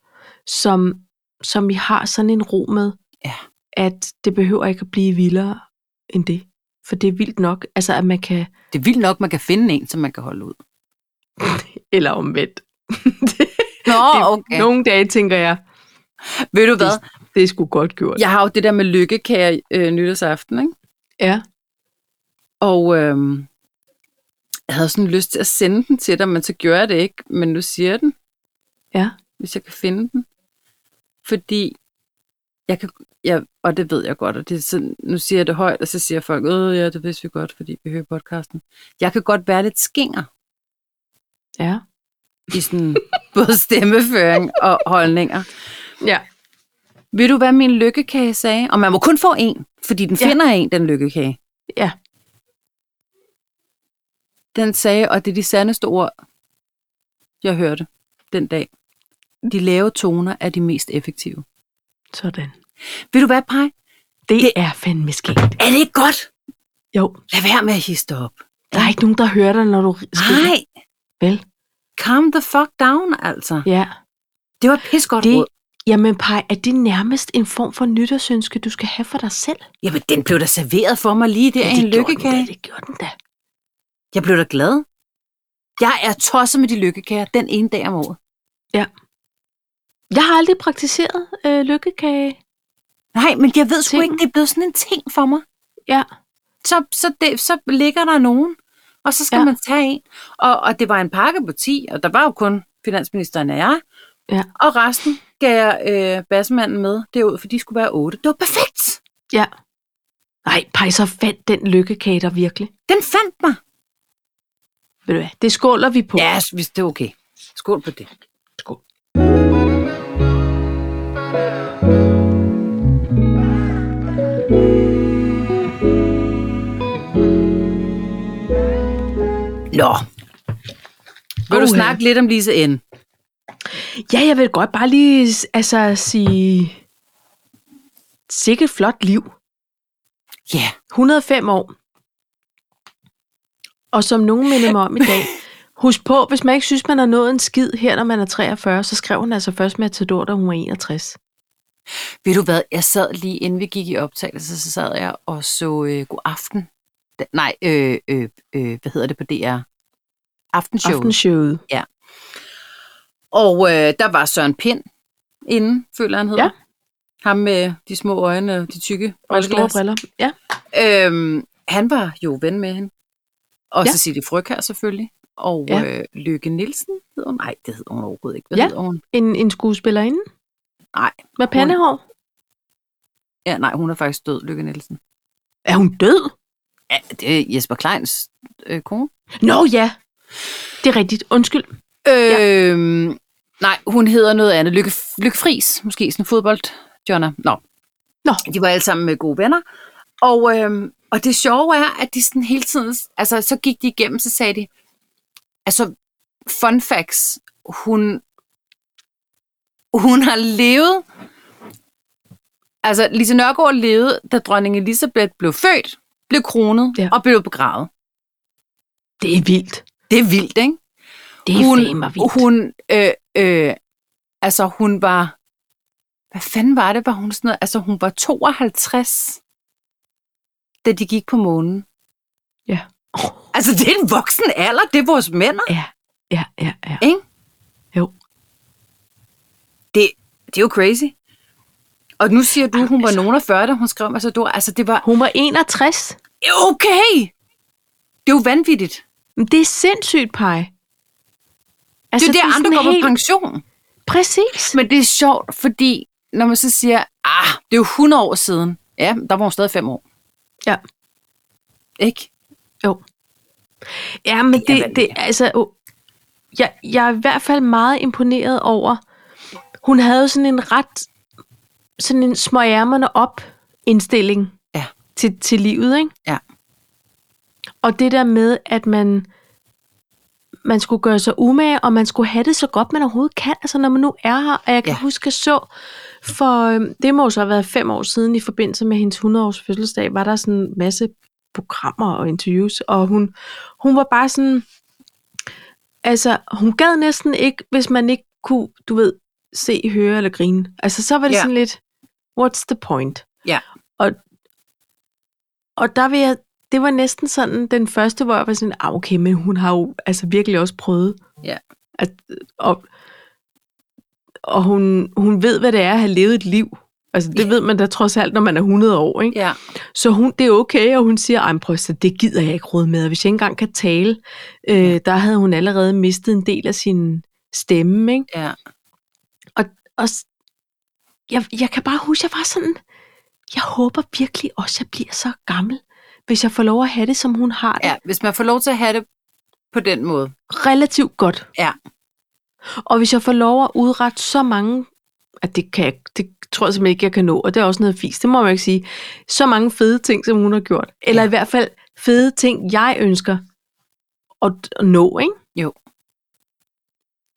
S2: som, som I har sådan en ro med,
S1: Ja.
S2: at det behøver ikke at blive vildere end det. For det er vildt nok, altså at man kan,
S1: Det er vildt nok, man kan finde en, som man kan holde ud.
S2: eller omvendt.
S1: Nå,
S2: okay. Nogle dage tænker jeg,
S1: Ved du
S2: det,
S1: hvad?
S2: det er sgu godt gjort.
S1: Jeg har jo det der med lykkekager øh, nytårsaften, ikke?
S2: ja.
S1: Og øhm, jeg havde sådan lyst til at sende den til dig, men så gjorde jeg det ikke. Men nu siger jeg den.
S2: Ja.
S1: Hvis jeg kan finde den. Fordi jeg kan, jeg, og det ved jeg godt, og det er sådan, nu siger jeg det højt, og så siger folk, øh ja, det vidste vi godt, fordi vi hører podcasten. Jeg kan godt være lidt skinger
S2: Ja.
S1: i sådan både stemmeføring og holdninger.
S2: Ja.
S1: Ved du, hvad min lykkekage sagde? Og man må kun få en, fordi den
S2: Ja.
S1: finder en, den lykkekage.
S2: Ja.
S1: Den sagde, og det er de sandeste ord, jeg hørte den dag. De lave toner er de mest effektive.
S2: Sådan.
S1: Ved du hvad, Paj?
S2: Det, det
S1: Det-
S2: er fandme skægt.
S1: Er det ikke godt?
S2: Jo,
S1: Lad være med at hisse dig op.
S2: der er ikke nogen, der hører dig, når du skriver.
S1: Nej,
S2: Vel?
S1: calm the fuck down, altså.
S2: Ja.
S1: Det var et pisgodt
S2: Det,
S1: råd.
S2: jamen, Paj, er det nærmest en form for nytårsønske, du skal have for dig selv?
S1: Jamen, den blev da serveret for mig lige der i en
S2: det gjorde den
S1: lykkekage.
S2: da, det gjorde den da.
S1: Jeg blev da glad. Jeg er tosset med de lykkekager den ene dag om året.
S2: Jeg har aldrig praktiseret øh, lykkekage.
S1: Nej, men jeg ved sgu
S2: Ting.
S1: ikke, det er blevet sådan en ting for mig.
S2: Ja.
S1: Så, så, det, så ligger der nogen, og så skal
S2: Ja.
S1: ja. man tage en. Og, og det var en pakke på 10, og der var jo kun finansministeren og jeg.
S2: Ja.
S1: Og resten gav jeg øh, bassemanden med derud, for de skulle være 8. Det var perfekt!
S2: Ja. Nej, Paj, så fandt den lykkekage der virkelig.
S1: Den fandt mig.
S2: Ved du hvad, det skåler vi på.
S1: Ja, hvis det er okay. Skål på det.
S2: Skål.
S1: Nå. Vil du
S2: Uha.
S1: snakke lidt om Lise N?
S2: Ja, jeg vil godt bare lige s- altså, sige... Sikkert flot liv.
S1: Ja. Yeah.
S2: 105 år. Og som nogen minder mig om i dag, husk på, hvis man ikke synes, man har nået en skid her, når man er 43, så skrev hun altså først Matador, da hun var 61.
S1: Ved du hvad, jeg sad lige inden vi gik i optagelse, så sad jeg og så øh, God Aften. Da, nej, øh, øh, øh, hvad hedder det på DR? Aftenshowet. Aften.
S2: Aftenshowet.
S1: Og øh, der var Søren Pind inden, føler han hedder.
S2: Ja.
S1: Ja. Ham med de små øjne og de tykke
S2: Og store
S1: brilleglas.
S2: briller. Ja.
S1: Øhm, han var jo ven med hende. Og
S2: Ja.
S1: ja. Cecilie Fryg her selvfølgelig. Og
S2: Ja.
S1: ja. øh, Lykke Nielsen hed hun. Nej, det hed hun overhovedet ikke. Hvad
S2: Ja.
S1: hed hun?
S2: En, en skuespillerinde.
S1: Nej.
S2: Med pandehår.
S1: Ja, nej, hun er faktisk død, Lykke Nielsen.
S2: Er hun død?
S1: Ja, det er Jesper Kleins øh, kone.
S2: Nå ja. Det er rigtigt. Undskyld.
S1: Øhm, Nej, hun hedder noget andet. Lykke, Lykke Friis, måske sådan en fodbold Jonna. Nå.
S2: Nå.
S1: De var alle sammen øh, gode venner. Og, øhm, og det sjove er, at de sådan hele tiden... Altså, så gik de igennem, så sagde de... Altså, fun facts. Hun, hun har levet Altså, Lise Nørgaard levede, da dronning Elisabeth blev født, blev kronet
S2: Ja.
S1: ja. og blev begravet.
S2: Det er vildt.
S1: Det er vildt, ikke?
S2: Det er
S1: hun,
S2: fandme vildt.
S1: Hun, øh, øh, altså hun var, hvad fanden var det, var hun sådan noget? Altså hun var 52, da de gik på månen.
S2: Ja.
S1: Altså det er en voksen alder, det er vores mænd.
S2: Ja, ja, ja, ja.
S1: Ikke?
S2: Jo.
S1: Det, det er jo crazy. Og nu siger du,
S2: Jamen,
S1: hun var
S2: altså-
S1: nogen af 40, da hun skrev Massador. Altså det var,
S2: Hun var 61.
S1: okay! Det er jo vanvittigt.
S2: Men det er sindssygt, Paj.
S1: Altså, det er
S2: sådan
S1: der, andre går
S2: helt-
S1: på pension.
S2: Præcis.
S1: Men det er sjovt, fordi når man så siger, ah, det er jo 100 år siden. Ja, der var hun stadig 5 år.
S2: Ja.
S1: Ikke?
S2: Jo. Ja, men
S1: er
S2: det, det, det
S1: vanvittigt.
S2: altså, oh, jeg, jeg er i hvert fald meget imponeret over, hun havde jo sådan en ret, sådan en smøjærmerne op indstilling
S1: Ja.
S2: til, til livet, ikke?
S1: Ja.
S2: Og det der med, at man, man skulle gøre sig umage, og man skulle have det så godt, man overhovedet kan, altså når man nu er her. Og jeg kan ja.
S1: Ja.
S2: huske, jeg så, for øhm, det må jo så have været fem år siden, i forbindelse med hendes 100-års fødselsdag, var der sådan en masse programmer og interviews, og hun, hun var bare sådan, altså hun gad næsten ikke, hvis man ikke kunne, du ved, se, høre eller grine. Altså så var det ja.
S1: Ja.
S2: sådan lidt, what's the point?
S1: Ja.
S2: Og, og der vil jeg, det var næsten sådan den første, hvor jeg var sådan, ah, okay, men hun har jo altså virkelig også prøvet.
S1: Ja.
S2: At, og og hun, hun ved, hvad det er at have levet et liv. Altså det ved man da trods alt, når man er 100 år, ikke?
S1: Ja.
S2: Så hun, det er okay, og hun siger, ej, men prøv, at se, det gider jeg ikke råd med, og hvis jeg ikke engang kan tale, øh, der havde hun allerede mistet en del af sin stemme, ikke?
S1: ja.
S2: Og s- jeg, jeg kan bare huske, jeg var sådan, jeg håber virkelig også, jeg bliver så gammel, hvis jeg får lov at have det, som hun har det,
S1: ja. Hvis man får lov til at have det på den måde.
S2: relativt godt.
S1: Ja.
S2: Og hvis jeg får lov at udrette så mange, at det, kan jeg, det tror jeg simpelthen ikke, jeg kan nå, og det er også noget fis, det må man jo ikke sige, så mange fede ting, som hun har gjort. Eller ja.
S1: Ja.
S2: i hvert fald fede ting, jeg ønsker at, at nå, ikke?
S1: Jo.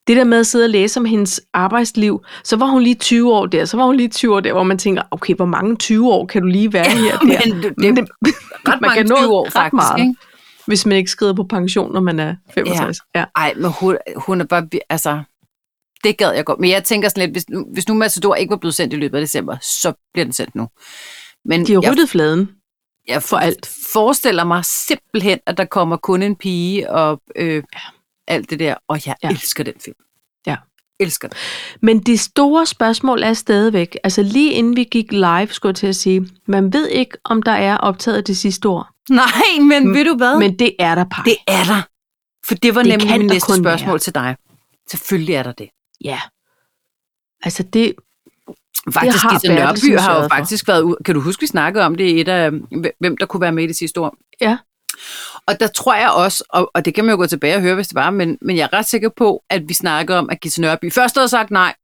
S2: Det der med at sidde og læse om hendes arbejdsliv, så var hun lige 20 år der, så var hun lige 20 år der, hvor man tænker, okay, hvor mange 20 år kan du lige være her? og Der?
S1: Men det, det er ret
S2: man
S1: mange
S2: kan nå
S1: 20 år,
S2: ret
S1: faktisk.
S2: meget.
S1: Ikke?
S2: hvis man ikke skrider på pension, når man er 65. Ja. ja.
S1: Ej, men hun, hun er bare... vi- Altså, det gad jeg godt. Men jeg tænker sådan lidt, hvis nu, hvis nu Matador ikke var blevet sendt i løbet af december, så bliver den sendt nu. Men
S2: De har
S1: jeg,
S2: ryddet fladen.
S1: jeg
S2: for alt.
S1: forestiller mig simpelthen, at der kommer kun en pige og øh, alt det der. Og jeg
S2: Ja.
S1: ja. elsker den film.
S2: Ja.
S1: Elsker den.
S2: Men det store spørgsmål er stadigvæk, altså lige inden vi gik live, skulle jeg til at sige, man ved ikke, om der er optaget det sidste ord.
S1: Nej, men
S2: Mm,
S1: ved du hvad?
S2: Men det er der, par.
S1: det er der. For det var
S2: Det
S1: det nemlig
S2: kan
S1: mit
S2: der
S1: næste
S2: kun
S1: spørgsmål
S2: være.
S1: til dig. Selvfølgelig er der det.
S2: Ja. Altså det,
S1: Faktisk,
S2: har
S1: det har
S2: Bertelsen
S1: Nørby har jo
S2: sørget for.
S1: faktisk været ud. Kan du huske, vi snakkede om det i et af, hvem der kunne være med i det sidste år?
S2: Ja.
S1: Og der tror jeg også, og, og det kan man jo gå tilbage og høre, hvis det var, men, men jeg er ret sikker på, at vi snakkede om, at Gisse Nørby først havde sagt nej,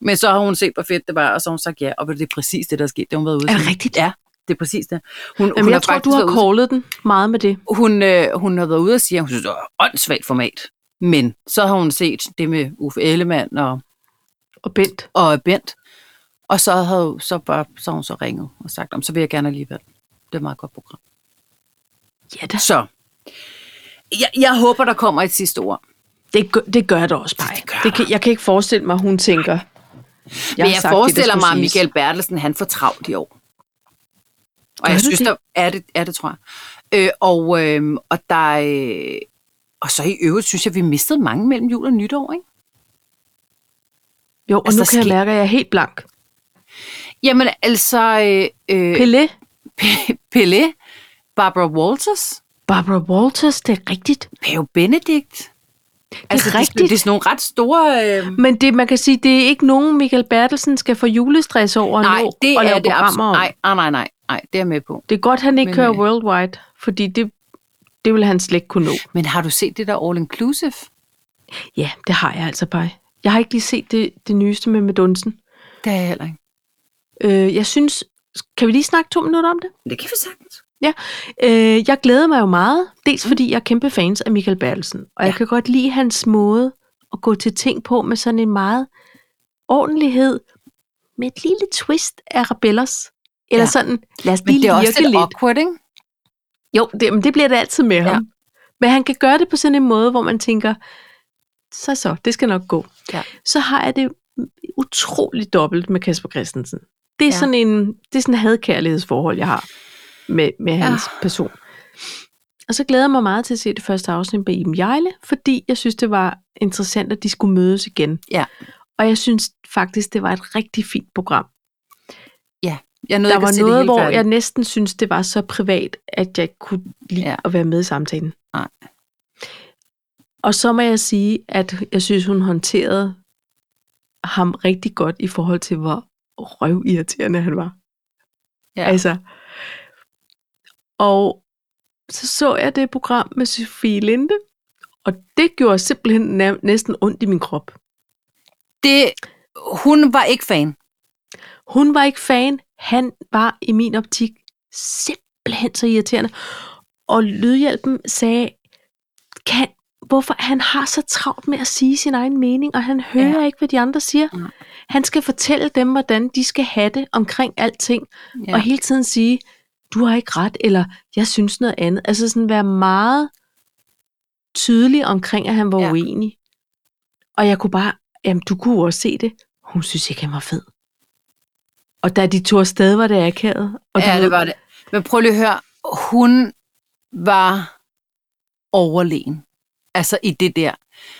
S1: men så har hun set, hvor fedt det var, og så har hun sagt ja. Og det er præcis det, der er sket, det har hun været ude.
S2: Er det
S1: sige.
S2: rigtigt?
S1: Ja, det er præcis det. Hun,
S2: Jamen,
S1: hun
S2: jeg tror, du
S1: faktisk
S2: har
S1: været ude-
S2: callet den meget med det.
S1: hun, øh, hun har været ude og sige, at hun synes, det var et åndssvagt format. Men så har hun set det med Uffe Ellemann og,
S2: Og Bent.
S1: og Bent. Og så havde så bare, så har hun så ringet og sagt, om så vil jeg gerne alligevel. Det er et meget godt program.
S2: Ja, da.
S1: Så. Jeg, jeg håber, der kommer et sidste ord.
S2: Det, gør, det gør der også, Paj.
S1: Det gør
S2: det kan, jeg kan ikke forestille mig, hun tænker. Jeg
S1: Jeg
S2: har
S1: Men jeg
S2: sagt det, der
S1: forestiller
S2: skulle
S1: mig, at
S2: siges."
S1: Michael Bertelsen, han får travlt i år. Og
S2: Gør
S1: jeg
S2: du
S1: synes,
S2: det?
S1: der er det, er det, tror jeg. Øh, og, øh, og der øh, og så i øvrigt synes jeg, vi mistede mange mellem jul og nytår, ikke?
S2: Jo, og
S1: Altså,
S2: nu
S1: der
S2: kan jeg
S1: sker-
S2: mærke, at jeg er helt blank.
S1: Jamen altså... Øh, øh,
S2: Pelé,
S1: P- Pelé, Barbara Walters,
S2: Barbara Walters, det er rigtigt.
S1: Pave Benedikt. Altså, det, er sådan-
S2: rigtigt.
S1: det er sådan nogle ret store... Øh,
S2: Men det, man kan sige, det er ikke nogen, Michael Bertelsen skal få julestress over
S1: nej,
S2: nu
S1: det
S2: og
S1: er
S2: lave
S1: det
S2: programmer
S1: absolut.
S2: om.
S1: Nej, nej, nej, nej, nej, det er jeg med på.
S2: Det er godt, han ikke
S1: Men,
S2: kører
S1: øh,
S2: worldwide, fordi det, det vil han slet ikke kunne nå.
S1: Men har du set det der All Inclusive?
S2: Ja, det har jeg altså bare. Jeg har ikke lige set det, det nyeste med Medunsen.
S1: Det er jeg heller ikke.
S2: Øh, jeg synes... Kan vi lige snakke to minutter om det?
S1: Det kan vi sagtens.
S2: Øh, jeg glæder mig jo meget, dels fordi jeg er kæmpe fans af Michael Bertelsen, og ja. jeg
S1: Ja.
S2: kan godt lide hans måde at gå til ting på med sådan en meget ordentlighed, med et lille twist af Rabellas. Eller
S1: Ja.
S2: ja. sådan, lad os
S1: Men
S2: lige
S1: det er også
S2: lirke
S1: lidt,
S2: lidt.
S1: awkward, ikke?
S2: Jo, det, men det bliver det altid med ham. Men han kan gøre det på sådan en måde, hvor man tænker, så så, det skal nok gå.
S1: Ja.
S2: Så har jeg det utroligt dobbelt med Kasper Christensen. Det er
S1: Ja.
S2: ja. sådan en, det er sådan et hadkærlighedsforhold, jeg har med, med hans
S1: Ja.
S2: ja. person. Og så glæder jeg mig meget til at se det første afsnit med Iben Jejle, fordi jeg synes, det var interessant, at de skulle mødes igen.
S1: Ja.
S2: Og jeg synes faktisk, det var et rigtig fint program
S1: Jeg nåede
S2: der
S1: ikke at
S2: var
S1: se det
S2: noget,
S1: helt
S2: hvor
S1: færdigt.
S2: jeg næsten synes det var så privat, at jeg ikke kunne lide
S1: Ja.
S2: ja. at være med i samtalen.
S1: Nej.
S2: Og så må jeg sige, at jeg synes, hun håndterede ham rigtig godt i forhold til, hvor røvirriterende han var.
S1: Ja.
S2: Altså. Og så så jeg det program med Sofie Linde, og det gjorde simpelthen næ- næsten ondt i min krop.
S1: Det, hun var ikke fan.
S2: Hun var ikke fan. Han var i min optik simpelthen så irriterende. Og Lydhjælpen sagde, kan, hvorfor han har så travlt med at sige sin egen mening, og han hører ja. ikke, hvad de andre siger.
S1: Nej.
S2: Han skal fortælle dem, hvordan de skal have det omkring alting, ja. og hele tiden sige, du har ikke ret, eller jeg synes noget andet. Altså sådan være meget tydelig omkring, at han var
S1: Ja.
S2: ja. uenig. Og jeg kunne bare, jamen du kunne jo også se det. Hun synes ikke, han var fed. Og da de tog afsted, var det akavet. Og du
S1: ja,
S2: ved-
S1: det var det. Men prøv lige at høre, hun var overlegen. Altså i det der.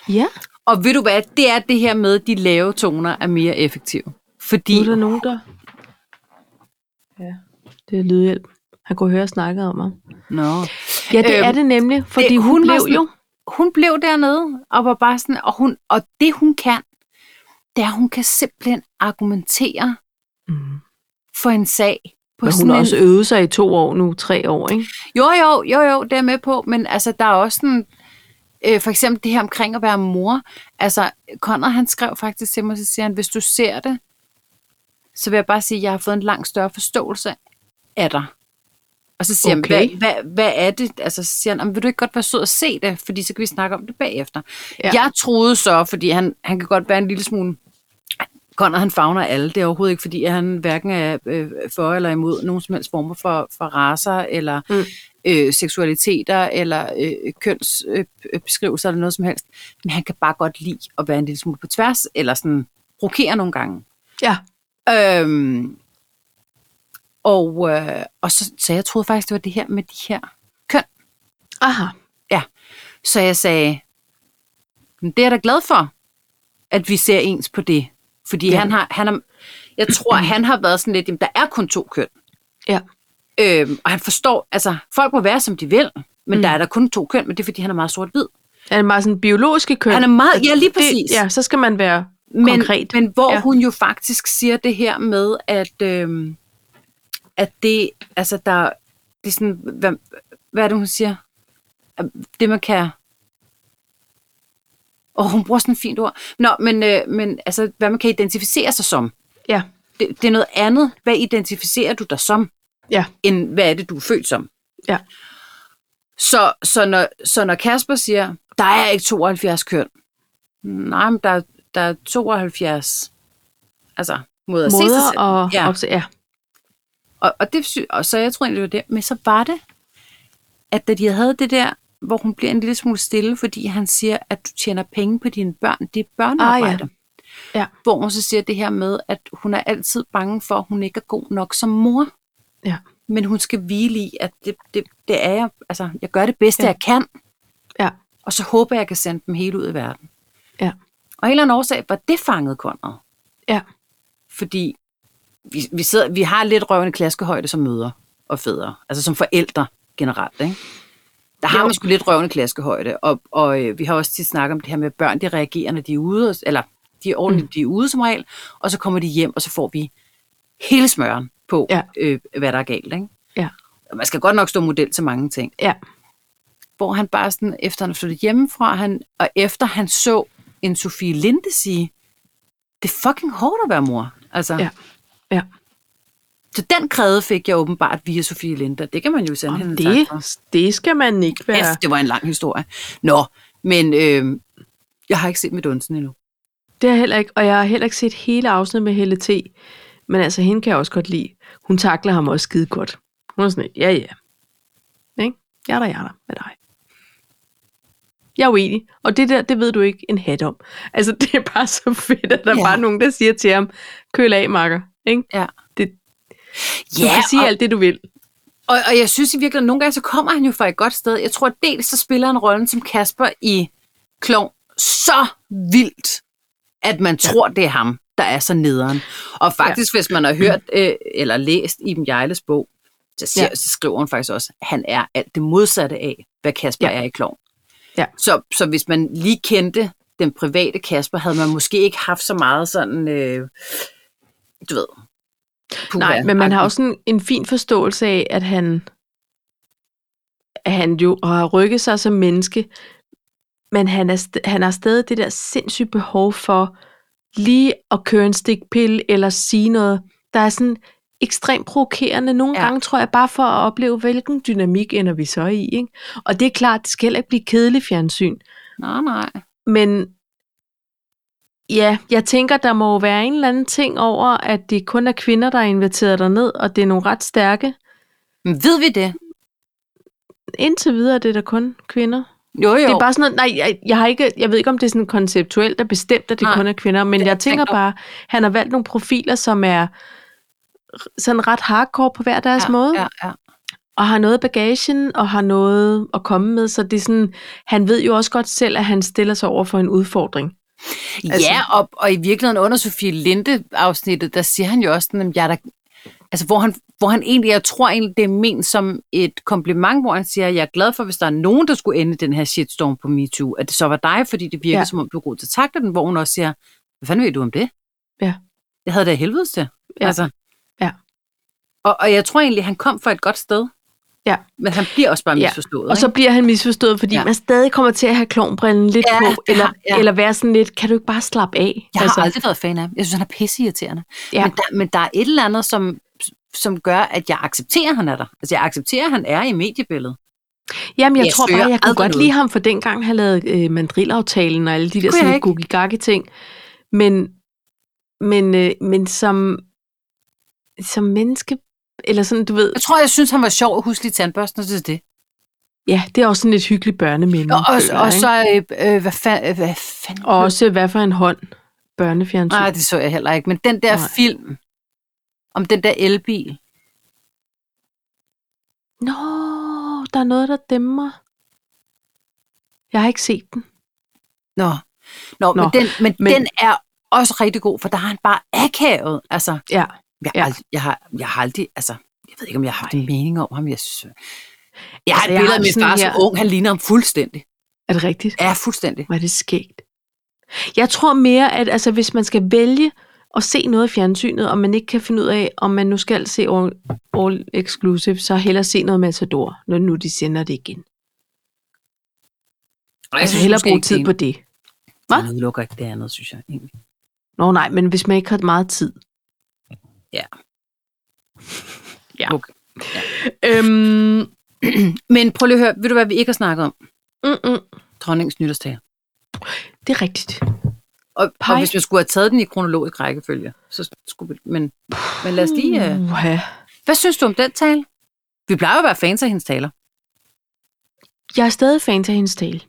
S2: Ja,
S1: Og ved du hvad, det er det her med, at de lave toner er mere effektive.
S2: nu er
S1: Fordi
S2: der nogen, der... Ja, det er lydhjælp. Han kunne høre snakket om ham.
S1: Nå.
S2: Ja, det
S1: Øhm,
S2: øhm, er det nemlig, fordi det, hun,
S1: hun
S2: hun
S1: var
S2: blev
S1: sådan-
S2: jo...
S1: hun blev dernede og var bare sådan, og, hun, og det hun kan, det er, at hun kan simpelthen argumentere
S2: Mm.
S1: for en sag. På
S2: Men hun
S1: sådan
S2: har
S1: en,
S2: også øvet sig i to år nu, tre år, ikke?
S1: Jo, jo, jo, jo, det er jeg med på, men altså, der er også sådan, øh, for eksempel det her omkring at være mor. Altså, Conrad, han skrev faktisk til mig, så siger han, hvis du ser det, så vil jeg bare sige, at jeg har fået en langt større forståelse af dig. Og så siger okay.
S2: Okay.
S1: han, hvad, hvad, hvad er det? Altså, så siger han, "Jamen, vil du ikke godt være sød og se det? Fordi så kan vi snakke om det bagefter. Ja.
S2: Ja.
S1: Jeg troede så, fordi han, han kan godt være en lille smule Conrad, han fagner alle. Det er overhovedet ikke, fordi han hverken er øh, for eller imod nogen som helst former for, for raser, eller mm.
S2: Mm.
S1: øh, seksualiteter, eller øh, kønsbeskrivelser, øh, beskrivelser eller noget som helst. Men han kan bare godt lide at være en lille smule på tværs, eller sådan rokere nogle gange.
S2: Ja.
S1: Øhm, og, øh, og så, så jeg troede faktisk, det var det her med de her køn.
S2: Aha.
S1: Så jeg sagde, "Men det er jeg da glad for, at vi ser ens på det. Fordi ja.
S2: Ja.
S1: han har, han har, jeg tror, han har været sådan lidt, jamen, der er kun to køn.
S2: Ja.
S1: Øhm, og han forstår, altså folk må være, som de vil, men mm.
S2: Mm.
S1: der er der kun to køn, men det er, fordi han er meget sort-hvid.
S2: Han er meget sådan biologiske køn.
S1: Han er meget-
S2: Og
S1: ja, lige
S2: det-
S1: præcis.
S2: Ja, så skal man være
S1: Men,
S2: konkret.
S1: men hvor ja.
S2: Ja.
S1: hun jo faktisk siger det her med, at, øhm, at det, altså der, det er sådan, hvad, hvad er det, hun siger? At Det, man kan... Og hun bruger sådan et fint ord. Nå, men, øh, men altså, hvad man kan identificere sig som.
S2: Ja,
S1: Det, det er noget andet. Hvad identificerer du dig som?
S2: ja,
S1: end hvad er det, du er født som.
S2: Ja.
S1: Så, så, når, så når Kasper siger, der er ikke 72 køn. Nej, men der, er- der er 72 altså, måder at se sig
S2: måder
S1: selv.
S2: og
S1: ja.
S2: opse- ja.
S1: Og, og, det, sy- og så jeg tror egentlig, det var det. Men så var det, at da de havde det der, hvor hun bliver en lille smule stille, fordi han siger, at du tjener penge på dine børn. Det er børnearbejde.
S2: Ah, ja. Ja.
S1: Hvor hun så siger det her med, at hun er altid bange for, at hun ikke er god nok som mor.
S2: Ja.
S1: Men hun skal hvile i, at det, det, det er jeg. Altså, jeg gør det bedste, ja.
S2: Ja.
S1: jeg kan,
S2: ja.
S1: og så håber jeg, jeg kan sende dem hele ud i verden.
S2: Ja.
S1: Og af en eller anden årsag var det fanget Conrad.
S2: Ja.
S1: Fordi vi, vi, sidder, vi har lidt røvende klaskehøjde som mødre og fædre. Altså som forældre generelt, ikke? Der har
S2: Jo.
S1: man sgu lidt røvende klaskehøjde, og, og øh, vi har også tit snakket om det her med, at børn de reagerer, når de er ude, og- eller de er ordentligt, mm. de er ude som regel, og så kommer de hjem, og så får vi hele smøren på, ja.
S2: Ja.
S1: øh, hvad der er galt. Ikke?
S2: Ja.
S1: Og Man skal godt nok stå model til mange ting
S2: ja.
S1: hvor han bare sådan, efter han er flyttet hjemmefra, han, og efter han så en Sofie Linde sige, det er fucking hårdt at være mor. Altså,
S2: Ja. Ja.
S1: Så den kræde fik jeg åbenbart via Sofie Linde, og det kan man jo sende
S2: Om
S1: hende
S2: det,
S1: tak for.
S2: det skal man ikke være.
S1: F, det var en lang historie. Nå, men øh, jeg har ikke set mit unsen endnu.
S2: Det er jeg heller ikke, og jeg har heller ikke set hele afsnittet med Helle T. Men altså, hende kan jeg også godt lide. Hun takler ham også skide godt. Hun er sådan lidt, ja, ja. Ikke? Jeg er der, jeg er der med dig. Jeg er uenig. Og det der, det ved du ikke en hat om. Altså, det er bare så fedt, at der
S1: Ja.
S2: ja. bare er nogen, der siger til ham, køl af, makker. Ikke?
S1: Ja.
S2: Det, du
S1: Ja,
S2: kan sige
S1: og-
S2: alt det, du vil.
S1: Og, og jeg synes i virkeligheden, nogle gange så kommer han jo fra et godt sted. Jeg tror, at dels så spiller han rollen som Kasper i Klovn så vildt, at man ja. tror, det er ham, der er så nederen. Og faktisk, ja. hvis man har hørt øh, eller læst Iben Jejles bog, så, siger, ja.
S2: Ja.
S1: så skriver hun faktisk også, at han er alt det modsatte af, hvad Kasper ja.
S2: Ja.
S1: er i Klovn.
S2: Ja.
S1: Så, så hvis man lige kendte den private Kasper, havde man måske ikke haft så meget sådan, øh, du ved...
S2: Nej, men man har
S1: puha-agtigt.
S2: også en, en fin forståelse af, at han, at han jo har rykket sig som menneske, men han, er, st- han har stadig det der sindssyge behov for lige at køre en stikpille eller sige noget, der er sådan ekstremt provokerende. Nogle
S1: Ja.
S2: ja. gange tror jeg bare for at opleve, hvilken dynamik ender vi så i. Ikke? Og det er klart, det skal heller ikke blive kedeligt fjernsyn.
S1: Nej, nej.
S2: Men ja, jeg tænker, der må jo være en eller anden ting over, at det kun er kvinder, der er inviteret derned, og det er nogle ret stærke.
S1: Men ved vi det?
S2: Indtil videre er det der kun kvinder.
S1: Jo, jo.
S2: Det er bare sådan noget, nej, jeg, jeg, har ikke, jeg ved ikke, om det er sådan konceptuelt, der bestemt, at det
S1: Nej.
S2: nej. kun er kvinder, men
S1: Det-
S2: jeg
S1: jeg tænker-
S2: tænker bare, han har valgt nogle profiler, som er sådan ret hardcore på hver deres
S1: ja,
S2: måde.
S1: Ja, ja.
S2: og har noget i bagagen, og har noget at komme med, så det er sådan, han ved jo også godt selv, at han stiller sig over for en udfordring.
S1: Altså,
S2: Altså-
S1: ja og, og i virkeligheden under Sofie Linde-afsnittet, der siger han jo også, sådan, at jeg er der, altså, hvor, han, hvor han egentlig, jeg tror egentlig, det er ment som et kompliment, hvor han siger, at jeg er glad for, hvis der er nogen, der skulle ende den her shitstorm på MeToo, at det så var dig, fordi det virker ja.
S2: Ja.
S1: som om, du er god til at takle den, hvor hun også siger, hvad fanden ved du om det?
S2: Ja.
S1: Jeg havde da helvedes til.
S2: Ja.
S1: Altså.
S2: Ja.
S1: Og, og jeg tror egentlig, han kom fra et godt sted.
S2: Ja.
S1: Men han bliver også bare
S2: Ja.
S1: misforstået.
S2: Og så bliver han misforstået, fordi
S1: Ja.
S2: ja. man stadig kommer til at have klovnbrillen lidt
S1: Ja,
S2: ja,
S1: det
S2: på, eller,
S1: har- ja.
S2: ja. eller være sådan lidt, kan du ikke bare slappe af?
S1: Jeg har altså, aldrig været fan af ham. Jeg synes, han er pisseirriterende. Ja.
S2: Ja.
S1: Men, der, men der er et eller andet, som, som gør, at jeg accepterer, at han er der. Altså, jeg accepterer, at han er i mediebilledet.
S2: Jamen, jeg,
S1: Jeg
S2: jeg tror
S1: søger
S2: bare, jeg kunne
S1: aldrig
S2: godt
S1: noget.
S2: lide ham for dengang, han lavede øh, mandrilaftalen og alle de der
S1: kunne jeg
S2: sådan lidt
S1: ikke.
S2: gugigakke ting. Men, men, øh, men som, som menneske, eller sådan, du ved,
S1: Jeg tror, jeg synes, han var sjov at huske i tandbørsten, og det er det.
S2: ja, det er også sådan et hyggeligt børneminde.
S1: Og, og,
S2: føler jeg,
S1: og
S2: ikke?
S1: så, øh, øh, hvad fanden... Øh, hvad fanden?
S2: og også, øh, hvad for en hånd børnefjernsyn.
S1: Nej, det så jeg heller ikke. Men den der Nej.
S2: Nej.
S1: film om den der elbil.
S2: Nå, der er noget, der dæmmer. Jeg har ikke set den.
S1: Nå, Nå, Nå
S2: Nå,
S1: men, den, men, men
S2: men-
S1: den er også rigtig god, for der har han bare akavet. Altså,
S2: Ja.
S1: jeg, ja.
S2: Ja.
S1: aldrig, jeg, har, jeg har aldrig... Altså, jeg ved ikke, om jeg har haft en
S2: Nej.
S1: mening om ham. Jeg, synes, øh, jeg har
S2: Altså,
S1: et
S2: jeg
S1: billede
S2: har
S1: af min
S2: sådan
S1: far som
S2: her-
S1: ung. Han ligner ham fuldstændig.
S2: Er det rigtigt?
S1: Ja, fuldstændig.
S2: Var det skægt? Jeg tror mere, at altså, hvis man skal vælge at se noget i fjernsynet, og man ikke kan finde ud af, om man nu skal se all, all exclusive, så hellere se noget Matador, når nu de sender det igen. Altså hellere bruge tid på det. Hva?
S1: det. udelukker ikke det andet, synes jeg. Egentlig.
S2: Nå nej, men hvis man ikke har meget tid.
S1: Ja.
S2: ja.
S1: Okay.
S2: Okay. Øhm,
S1: Men prøv lige at høre, ved du hvad vi ikke har snakket om?
S2: mm, mm,
S1: Dronningens nytårstale.
S2: det er rigtigt.
S1: Og, og
S2: Pej.
S1: hvis man skulle have taget den i kronologisk rækkefølge, så skulle vi... Men, men lad os lige... Øh,
S2: Uha.
S1: hvad synes du om den tale? Vi plejer jo at være fans af hendes taler.
S2: Jeg er stadig fan af hendes tale.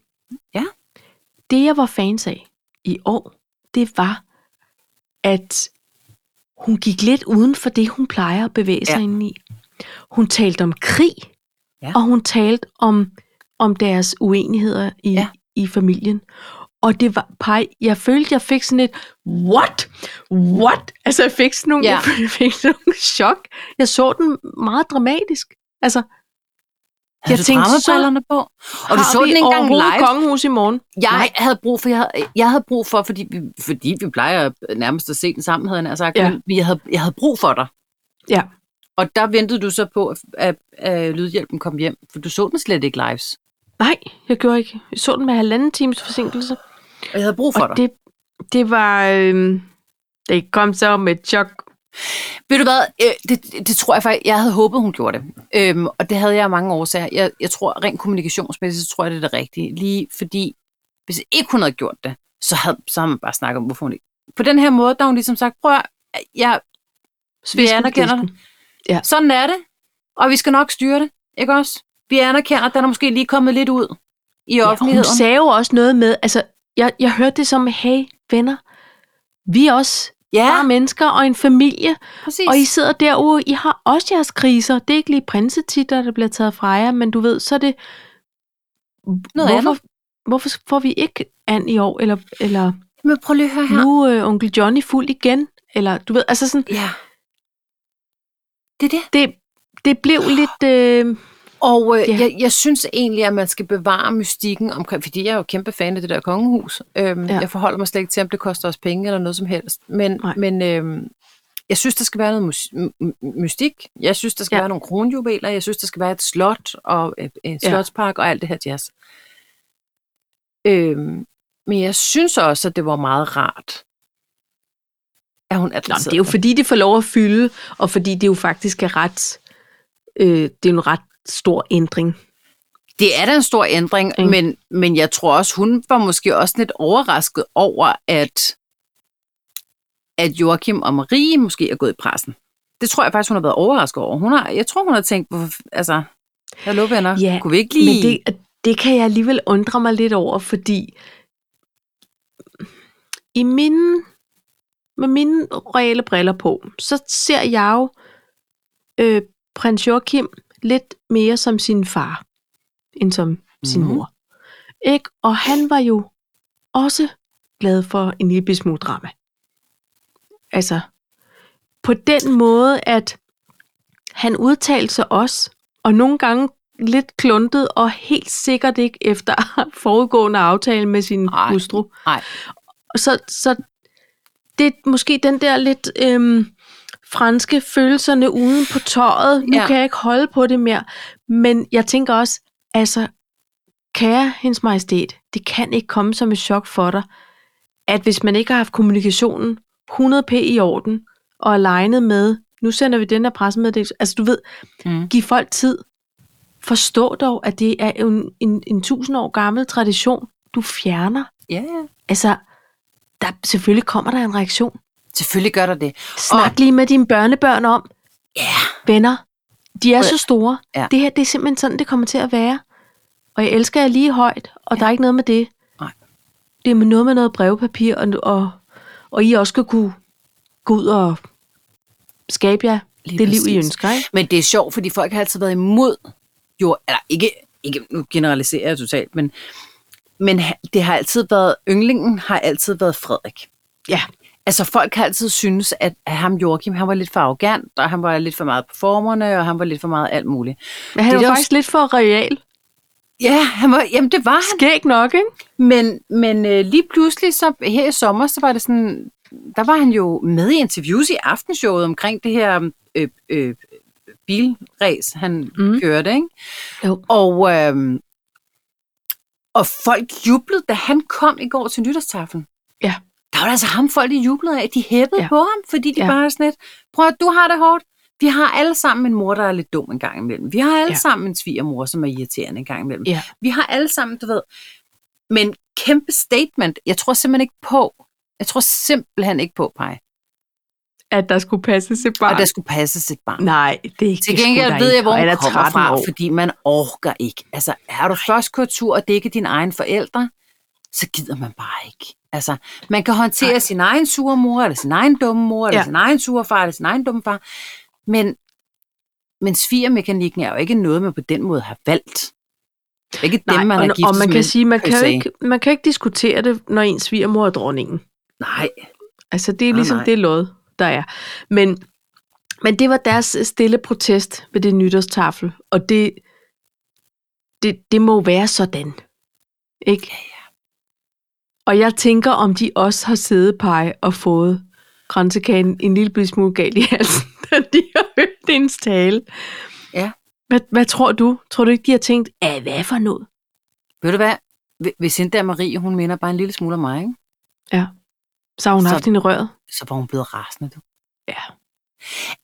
S1: Ja.
S2: Det, jeg var fans af i år, det var, at hun gik lidt uden for det, hun plejer at bevæge sig
S1: Ja.
S2: ja. ind i. Hun talte om krig,
S1: Ja.
S2: ja. og hun talte om, om deres uenigheder i,
S1: Ja.
S2: ja. i familien. Og det var, pej, jeg følte, jeg fik sådan et, what? What? Altså, jeg fik sådan nogle,
S1: Ja.
S2: ja. jeg fik sådan nogle chok. Jeg så den meget dramatisk. Altså,
S1: Havde
S2: Jeg
S1: du
S2: tænkte, så
S1: dramabrillerne på? Og du så den ikke engang live?
S2: kongehus i morgen?
S1: Jeg
S2: Nej.
S1: havde brug for, jeg havde, jeg havde brug for fordi, vi, fordi vi plejer nærmest at se den sammen, havde jeg nær sagt.
S2: Ja.
S1: Men jeg havde, jeg havde brug for dig.
S2: Ja.
S1: Og der ventede du så på, at, at, at lydhjælpen kom hjem, for du så den slet ikke lives.
S2: Nej, jeg gjorde ikke. Jeg så den med halvanden times forsinkelse.
S1: Og jeg havde brug for dig.
S2: Og
S1: Det...
S2: det, det var... Øh, det kom så med et chok.
S1: Ved du hvad, øh, det, det tror jeg faktisk, jeg havde håbet, hun gjorde det. Øhm, og det havde jeg af mange årsager. Jeg, jeg tror, rent kommunikationsmæssigt, så tror jeg, det er det rigtige. Lige fordi, hvis ikke hun havde gjort det, så havde, så havde man bare snakket om, hvorfor hun ikke... På den her måde, der har hun ligesom sagt, prøv at, høre, jeg, Vi anerkender det.
S2: Sveskedisken.
S1: Sådan er det, og vi skal nok styre det, ikke også? Vi anerkender, at den er måske lige kommet lidt ud i
S2: hun
S1: offentligheden.
S2: sagde jo også noget med, altså, jeg, jeg hørte det som, hey venner, vi er også
S1: Ja,
S2: bare mennesker og en familie,
S1: præcis.
S2: og I sidder derude, I har også jeres kriser. Det er ikke lige prinsetitler, der bliver taget fra jer, men du ved, så er det,
S1: Noget
S2: hvorfor, hvorfor får vi ikke an i år, eller, eller
S1: Men prøv lige at høre her.
S2: nu er øh, onkel Johnny fuld igen, eller du ved, altså sådan,
S1: Ja. Det er det.
S2: det, det blev lidt, øh,
S1: Og øh,
S2: Ja.
S1: yeah. jeg, jeg synes egentlig, at man skal bevare mystikken omkring, fordi jeg er jo kæmpe fan af det der kongehus. Øhm,
S2: Ja.
S1: ja. Jeg forholder mig slet ikke til, om det koster os penge eller noget som helst. Men,
S2: Nej.
S1: men øhm, jeg synes, der skal være noget mus- m- m- mystik. Jeg synes, der skal
S2: Ja.
S1: ja. være nogle kronjuveler. Jeg synes, der skal være et slot og et, en
S2: Ja.
S1: slotspark og alt det her jazz. Øhm, men jeg synes også, at det var meget rart, at hun
S2: Nå, men
S1: adresserede
S2: det er jo fordi, det får lov at fylde, og fordi det jo faktisk er ret, øh, det er en ret stor ændring.
S1: Det er da en stor ændring,
S2: Ikke?
S1: mm. men, men jeg tror også, hun var måske også lidt overrasket over, at, at Joachim og Marie måske er gået i pressen. Det tror jeg faktisk, hun har været overrasket over. Hun har, jeg tror, hun har tænkt, hvorfor, f- altså, hallo venner,
S2: Ja,
S1: ja, kunne vi ikke
S2: Men
S1: lige...
S2: det, det kan jeg alligevel undre mig lidt over, fordi i mine, med mine reelle briller på, så ser jeg jo øh, prins Joachim lidt mere som sin far, end som mm. sin
S1: Mhm.
S2: mor. Ikke? Og han var jo også glad for en lille bitte smule drama. Altså, på den måde, at han udtalte sig også, og nogle gange lidt kluntet, og helt sikkert ikke efter foregående aftale med sin
S1: Nej,
S2: hustru.
S1: nej.
S2: Så, så det er måske den der lidt øhm, franske følelserne uden på tøjet. Nu ja.
S1: Ja.
S2: kan jeg ikke holde på det mere. Men jeg tænker også, altså, kære hendes majestæt, det kan ikke komme som et chok for dig, at hvis man ikke har haft kommunikationen 100p i orden, og er legnet med, nu sender vi den her pressemeddelelse, altså du ved,
S1: Mm.
S2: giv folk tid. Forstå dog, at det er en, en, en tusind år gammel tradition, du fjerner.
S1: Ja, ja.
S2: Altså, der, selvfølgelig kommer der en reaktion.
S1: Selvfølgelig gør der det.
S2: Snak lige med dine børnebørn om,
S1: Ja,
S2: venner, de er
S1: Ja.
S2: så store.
S1: Ja.
S2: Det her, det er simpelthen sådan, det kommer til at være. Og jeg elsker jer lige højt, og ja. der er ikke noget med det.
S1: Nej.
S2: Det er med noget med noget brevpapir, og, og, og I også skal kunne gå ud og skabe jer
S1: Lige
S2: det liv, I
S1: præcis.
S2: ønsker. Ikke?
S1: Men det er sjovt, fordi folk har altid været imod, jo, eller ikke, ikke nu generaliserer jeg totalt, men, men ha- det har altid været, yndlingen har altid været Frederik.
S2: Ja.
S1: Altså folk har altid synes, at, at ham Joachim, han var lidt for arrogant, og han var lidt for meget på formerne, og han var lidt for meget alt muligt.
S2: Men han
S1: Det
S2: det
S1: er
S2: er jo
S1: jo
S2: faktisk lidt for real.
S1: Ja, han var, jamen det var han.
S2: Skæg nok, ikke?
S1: Men, men øh, lige pludselig, så her i sommer, så var det sådan, der var han jo med i interviews i aftenshowet omkring det her øh, øh, bilræs, han
S2: Mm.
S1: mm. kørte, ikke?
S2: Jo.
S1: Og, øh, og folk jublede, da han kom i går til nytårstaffen.
S2: Ja.
S1: Der var det altså ham, folk de jublede af. De hæppede
S2: Ja.
S1: ja. på ham, fordi de
S2: Ja.
S1: ja. bare er sådan lidt, prøv at du har det hårdt. Vi har alle sammen en mor, der er lidt dum en gang imellem. Vi har alle
S2: Ja.
S1: ja. sammen en svigermor, som er irriterende en gang imellem.
S2: Ja.
S1: Vi har alle sammen, du ved. Men kæmpe statement. Jeg tror simpelthen ikke på. Jeg tror simpelthen ikke på, Pej,
S2: At der skulle passe sit barn.
S1: at der skulle passe sit barn.
S2: Nej, det er ikke
S1: Til gengæld ved jeg, hvor hun kommer fra,
S2: Fordi...
S1: fordi man orker ikke. Altså, er du først kørt tur, og det ikke er dine egne forældre, så gider man bare ikke. Altså, man kan håndtere
S2: Nej.
S1: Nej. sin egen sure mor, eller sin egen dumme mor, eller
S2: Ja.
S1: ja. sin egen sure far, eller sin egen dumme far. Men, men svigermekanikken er jo ikke noget, man på den måde har valgt. Det er ikke dem,
S2: Nej,
S1: man
S2: man
S1: har
S2: og, og
S1: giftet
S2: man
S1: sig
S2: kan
S1: med,
S2: sige, man kan, jo
S1: se.
S2: ikke, man kan ikke diskutere det, når ens svigermor er dronningen.
S1: Nej,
S2: Altså, det er
S1: Nej,
S2: ligesom
S1: Ah, nej.
S2: det lod, der er. Men, men det var deres øh, stille protest ved det nytårstafel, og det, det, det må være sådan. Ikke?
S1: Ja,
S2: Og jeg tænker, om de også har siddet pege og fået kransekagen en lille bitte smule galt i halsen, da de har hørt hendes tale.
S1: Ja.
S2: Hvad, hvad tror du? Tror du ikke, de har tænkt, af hvad for noget?
S1: ved du hvad? Hv- Hvis hende der Marie, hun minder bare en lille smule om mig, ikke?
S2: Så har hun
S1: Så-
S2: haft hende i røret.
S1: så var hun blevet rasende. Du.
S2: Ja.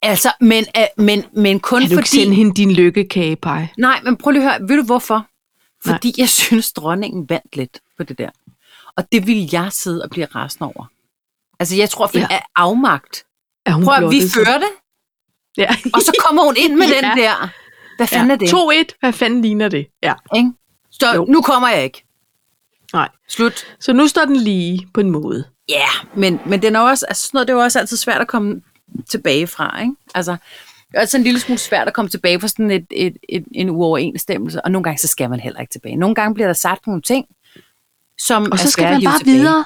S1: Altså, men, øh, men, men kun
S2: Kan du
S1: fordi...
S2: ikke sende hende din lykkekage, pege?
S1: Nej, men prøv lige at høre, ved du hvorfor?
S2: Nej.
S1: Fordi jeg synes, dronningen vandt lidt på det der. Og det ville jeg sidde og blive rasende over. Altså, jeg tror, for
S2: Ja.
S1: ja. afmagt.
S2: Er hun
S1: Prøv at vi
S2: blottet sig?
S1: førte,
S2: Ja.
S1: Og så kommer hun ind med den
S2: Ja.
S1: der. Hvad fanden
S2: ja.
S1: er det?
S2: 2-1. Hvad fanden ligner det? Ja.
S1: Ikke? Så
S2: Jo.
S1: nu kommer jeg ikke.
S2: Nej.
S1: Slut.
S2: Så nu står den lige på en måde.
S1: Ja, yeah, men, men den er også, altså sådan noget, det er jo også altid svært at komme tilbage fra, ikke? Altså, det er altid en lille smule svært at komme tilbage fra sådan et, et, et, en uoverensstemmelse, og nogle gange, så skal man heller ikke tilbage. Nogle gange bliver der sagt nogle ting, som
S2: Og
S1: er
S2: så skal
S1: svære at
S2: man
S1: hive
S2: bare
S1: tilbage.
S2: videre.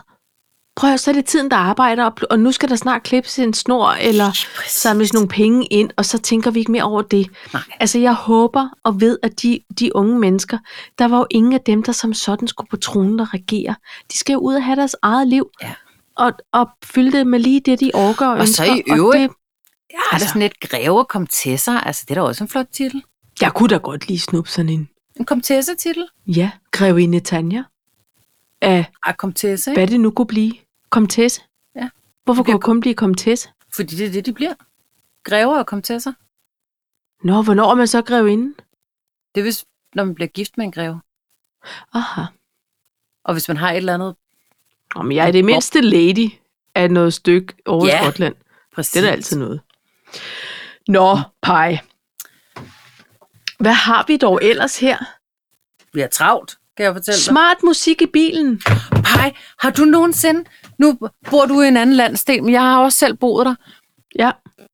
S2: Prøv at høre, så er det tiden, der arbejder, og, pl- og nu skal der snart klippes en snor, eller
S1: præcis.
S2: samles nogle penge ind, og så tænker vi ikke mere over det.
S1: Nej.
S2: Altså, jeg håber og ved, at de, de unge mennesker, der var jo ingen af dem, der som sådan skulle på tronen og regere. De skal jo ud og have deres eget liv,
S1: Ja.
S2: og, og fylde det med lige det, de orker og,
S1: Og så i
S2: ønsker,
S1: øvrigt-
S2: Og det,
S1: Ja, altså. Er der sådan et greve og komtesser? Altså, det er da også en flot titel.
S2: jeg kunne da godt lige snuppe sådan en,
S1: En komtessetitel?
S2: ja, grevinde Tanja. Af,
S1: Ej, komtesse, ikke?
S2: hvad det nu kunne blive. Komtesse.
S1: Ja.
S2: Hvorfor kunne jeg kun blive komtesse?
S1: Fordi det er det, de bliver. Grever og komtesser.
S2: Nå, hvornår er man så grevinde?
S1: Det er hvis, når man bliver gift med en greve.
S2: Aha.
S1: Og hvis man har et eller andet...
S2: Nå, men jeg er det mindste lady af noget stykke over
S1: Ja.
S2: i Skotland.
S1: Præcis.
S2: Det er da altid noget. Nå, pej. Hvad har vi dog ellers her?
S1: Vi er travlt, kan jeg fortælle dig.
S2: Smart musik i bilen.
S1: Hej, har du nogensinde... Nu bor du i en anden landsdel, men jeg har også selv boet der.
S2: Ja.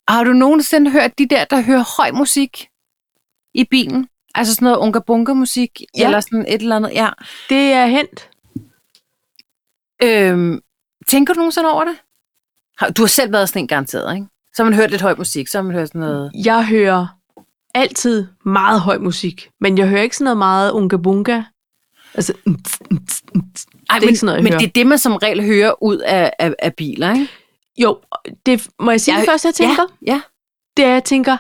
S1: Har du nogensinde hørt de der, der hører høj musik i bilen? Altså sådan noget unga bunga musik
S2: Ja.
S1: ja. eller sådan et eller andet. Ja.
S2: Det er hent.
S1: Øhm, tænker du nogensinde over det? Har- Du har selv været sådan en garanteret, ikke? Så har man hørt lidt høj musik, så har man hørt sådan noget...
S2: Jeg hører altid meget høj musik, men jeg hører ikke sådan noget meget unga bunga. Altså, ntz, ntz, ntz.
S1: Ej,
S2: Det er
S1: men,
S2: ikke sådan noget, jeg
S1: men
S2: hører.
S1: det er det, man som regel hører ud af, af, af biler, ikke?
S2: jo, det må jeg sige jeg, det første, jeg tænker?
S1: Ja, ja.
S2: det er, at jeg tænker,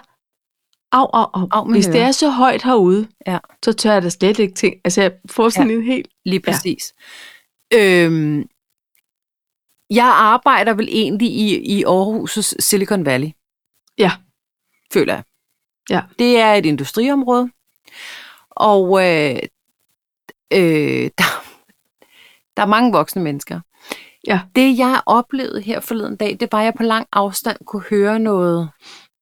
S2: au, au, au.
S1: Au,
S2: au
S1: min
S2: Hvis det
S1: øre.
S2: er så højt herude,
S1: Ja.
S2: så tør jeg da slet ikke tænke. Altså, jeg får sådan ja. en helt...
S1: Lige
S2: Ja.
S1: præcis. Ja. Øhm, jeg arbejder vel egentlig i, i Aarhus' Silicon Valley.
S2: Ja.
S1: Føler jeg.
S2: Ja.
S1: Det er et industriområde. Og øh, øh, der, der er mange voksne mennesker.
S2: Ja.
S1: Det, jeg oplevede her forleden dag, det var, at jeg på lang afstand kunne høre noget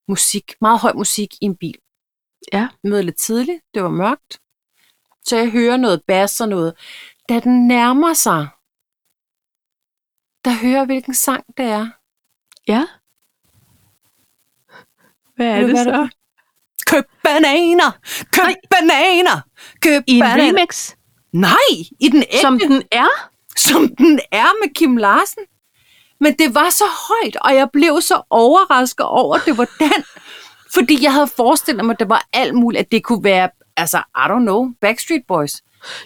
S1: musik, meget høj musik i en bil.
S2: Ja.
S1: Mødte lidt tidligt, det var mørkt. Så jeg hører noget bas og noget. Da den nærmer sig, der hører jeg, hvilken sang det er.
S2: Ja. Hvad er
S1: Ved du,
S2: det
S1: hvad
S2: så?
S1: det Køb bananer! Køb
S2: Nej.
S1: bananer! Køb
S2: I en
S1: bananer!
S2: remix,
S1: Nej, i den ægte,
S2: som
S1: som...
S2: den er.
S1: som den er med Kim Larsen. Men det var så højt, og jeg blev så overrasket over, at det var den. Fordi jeg havde forestillet mig, at det var alt muligt, at det kunne være, altså, I don't know, Backstreet Boys.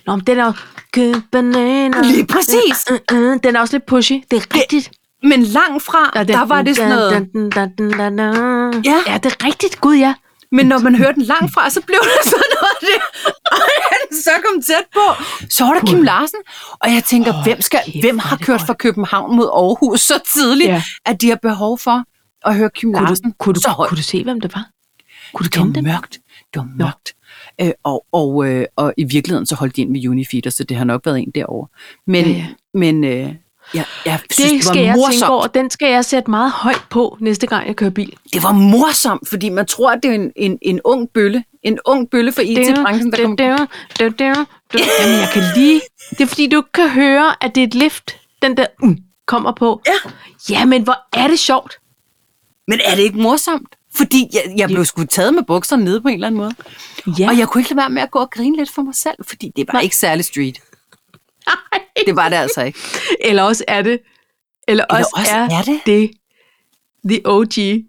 S2: Nå, men den er jo... Køb bananer.
S1: Lige præcis.
S2: Øh, øh, øh. Den er også lidt pushy. Det er rigtigt.
S1: Men langt fra,
S2: Og den-
S1: der var det sådan
S2: dun,
S1: noget...
S2: dun, dun, dun, dun, dun.
S1: Ja.
S2: ja, det er rigtigt. Gud, ja.
S1: Men når man hører den langt fra, så blev det sådan noget der. Og han så kom tæt på. Så var der Kim Larsen. Og jeg tænker,
S2: Hold
S1: hvem, skal,
S2: kæft,
S1: hvem
S2: hvor er
S1: har
S2: det
S1: kørt
S2: godt.
S1: fra København mod Aarhus så tidligt,
S2: Ja.
S1: ja. at de har behov for at høre Kim
S2: Kunne
S1: Larsen
S2: du, kunne, du,
S1: så højt.
S2: kunne du se, hvem det var? Kunne du
S1: det
S2: kende
S1: var
S2: dem?
S1: mørkt. Det var mørkt. Øh, og, og, øh, og i virkeligheden så holdt de ind med Unifeeder, så det har nok været en derovre. Men,
S2: Ja,
S1: ja,
S2: ja.
S1: ja. men øh, jeg, jeg synes,
S2: Det
S1: det,
S2: skal
S1: var
S2: jeg tænke
S1: morsomt.
S2: over. Den skal jeg sætte meget højt på, næste gang jeg kører bil.
S1: Det var morsomt, fordi man tror, at det er en, en, en ung bølle. En ung bølle fra IT-branchen, der kom.
S2: Dun, dun, dun, dun, dun. Jamen, jeg kan lige... Det er, fordi du ikke kan høre, at det er et lift, den der mm, kommer på.
S1: Ja.
S2: Ja, men hvor er det sjovt.
S1: Men er det ikke morsomt? Fordi jeg, jeg blev sgu taget med bukserne nede på en eller anden måde.
S2: Ja.
S1: Og jeg kunne ikke lade være med at gå og grine lidt for mig selv, fordi det var Nej. ikke særlig street. Det var det altså ikke.
S2: Eller også er det...
S1: Eller
S2: Eller, også,
S1: også er det.
S2: det the OG.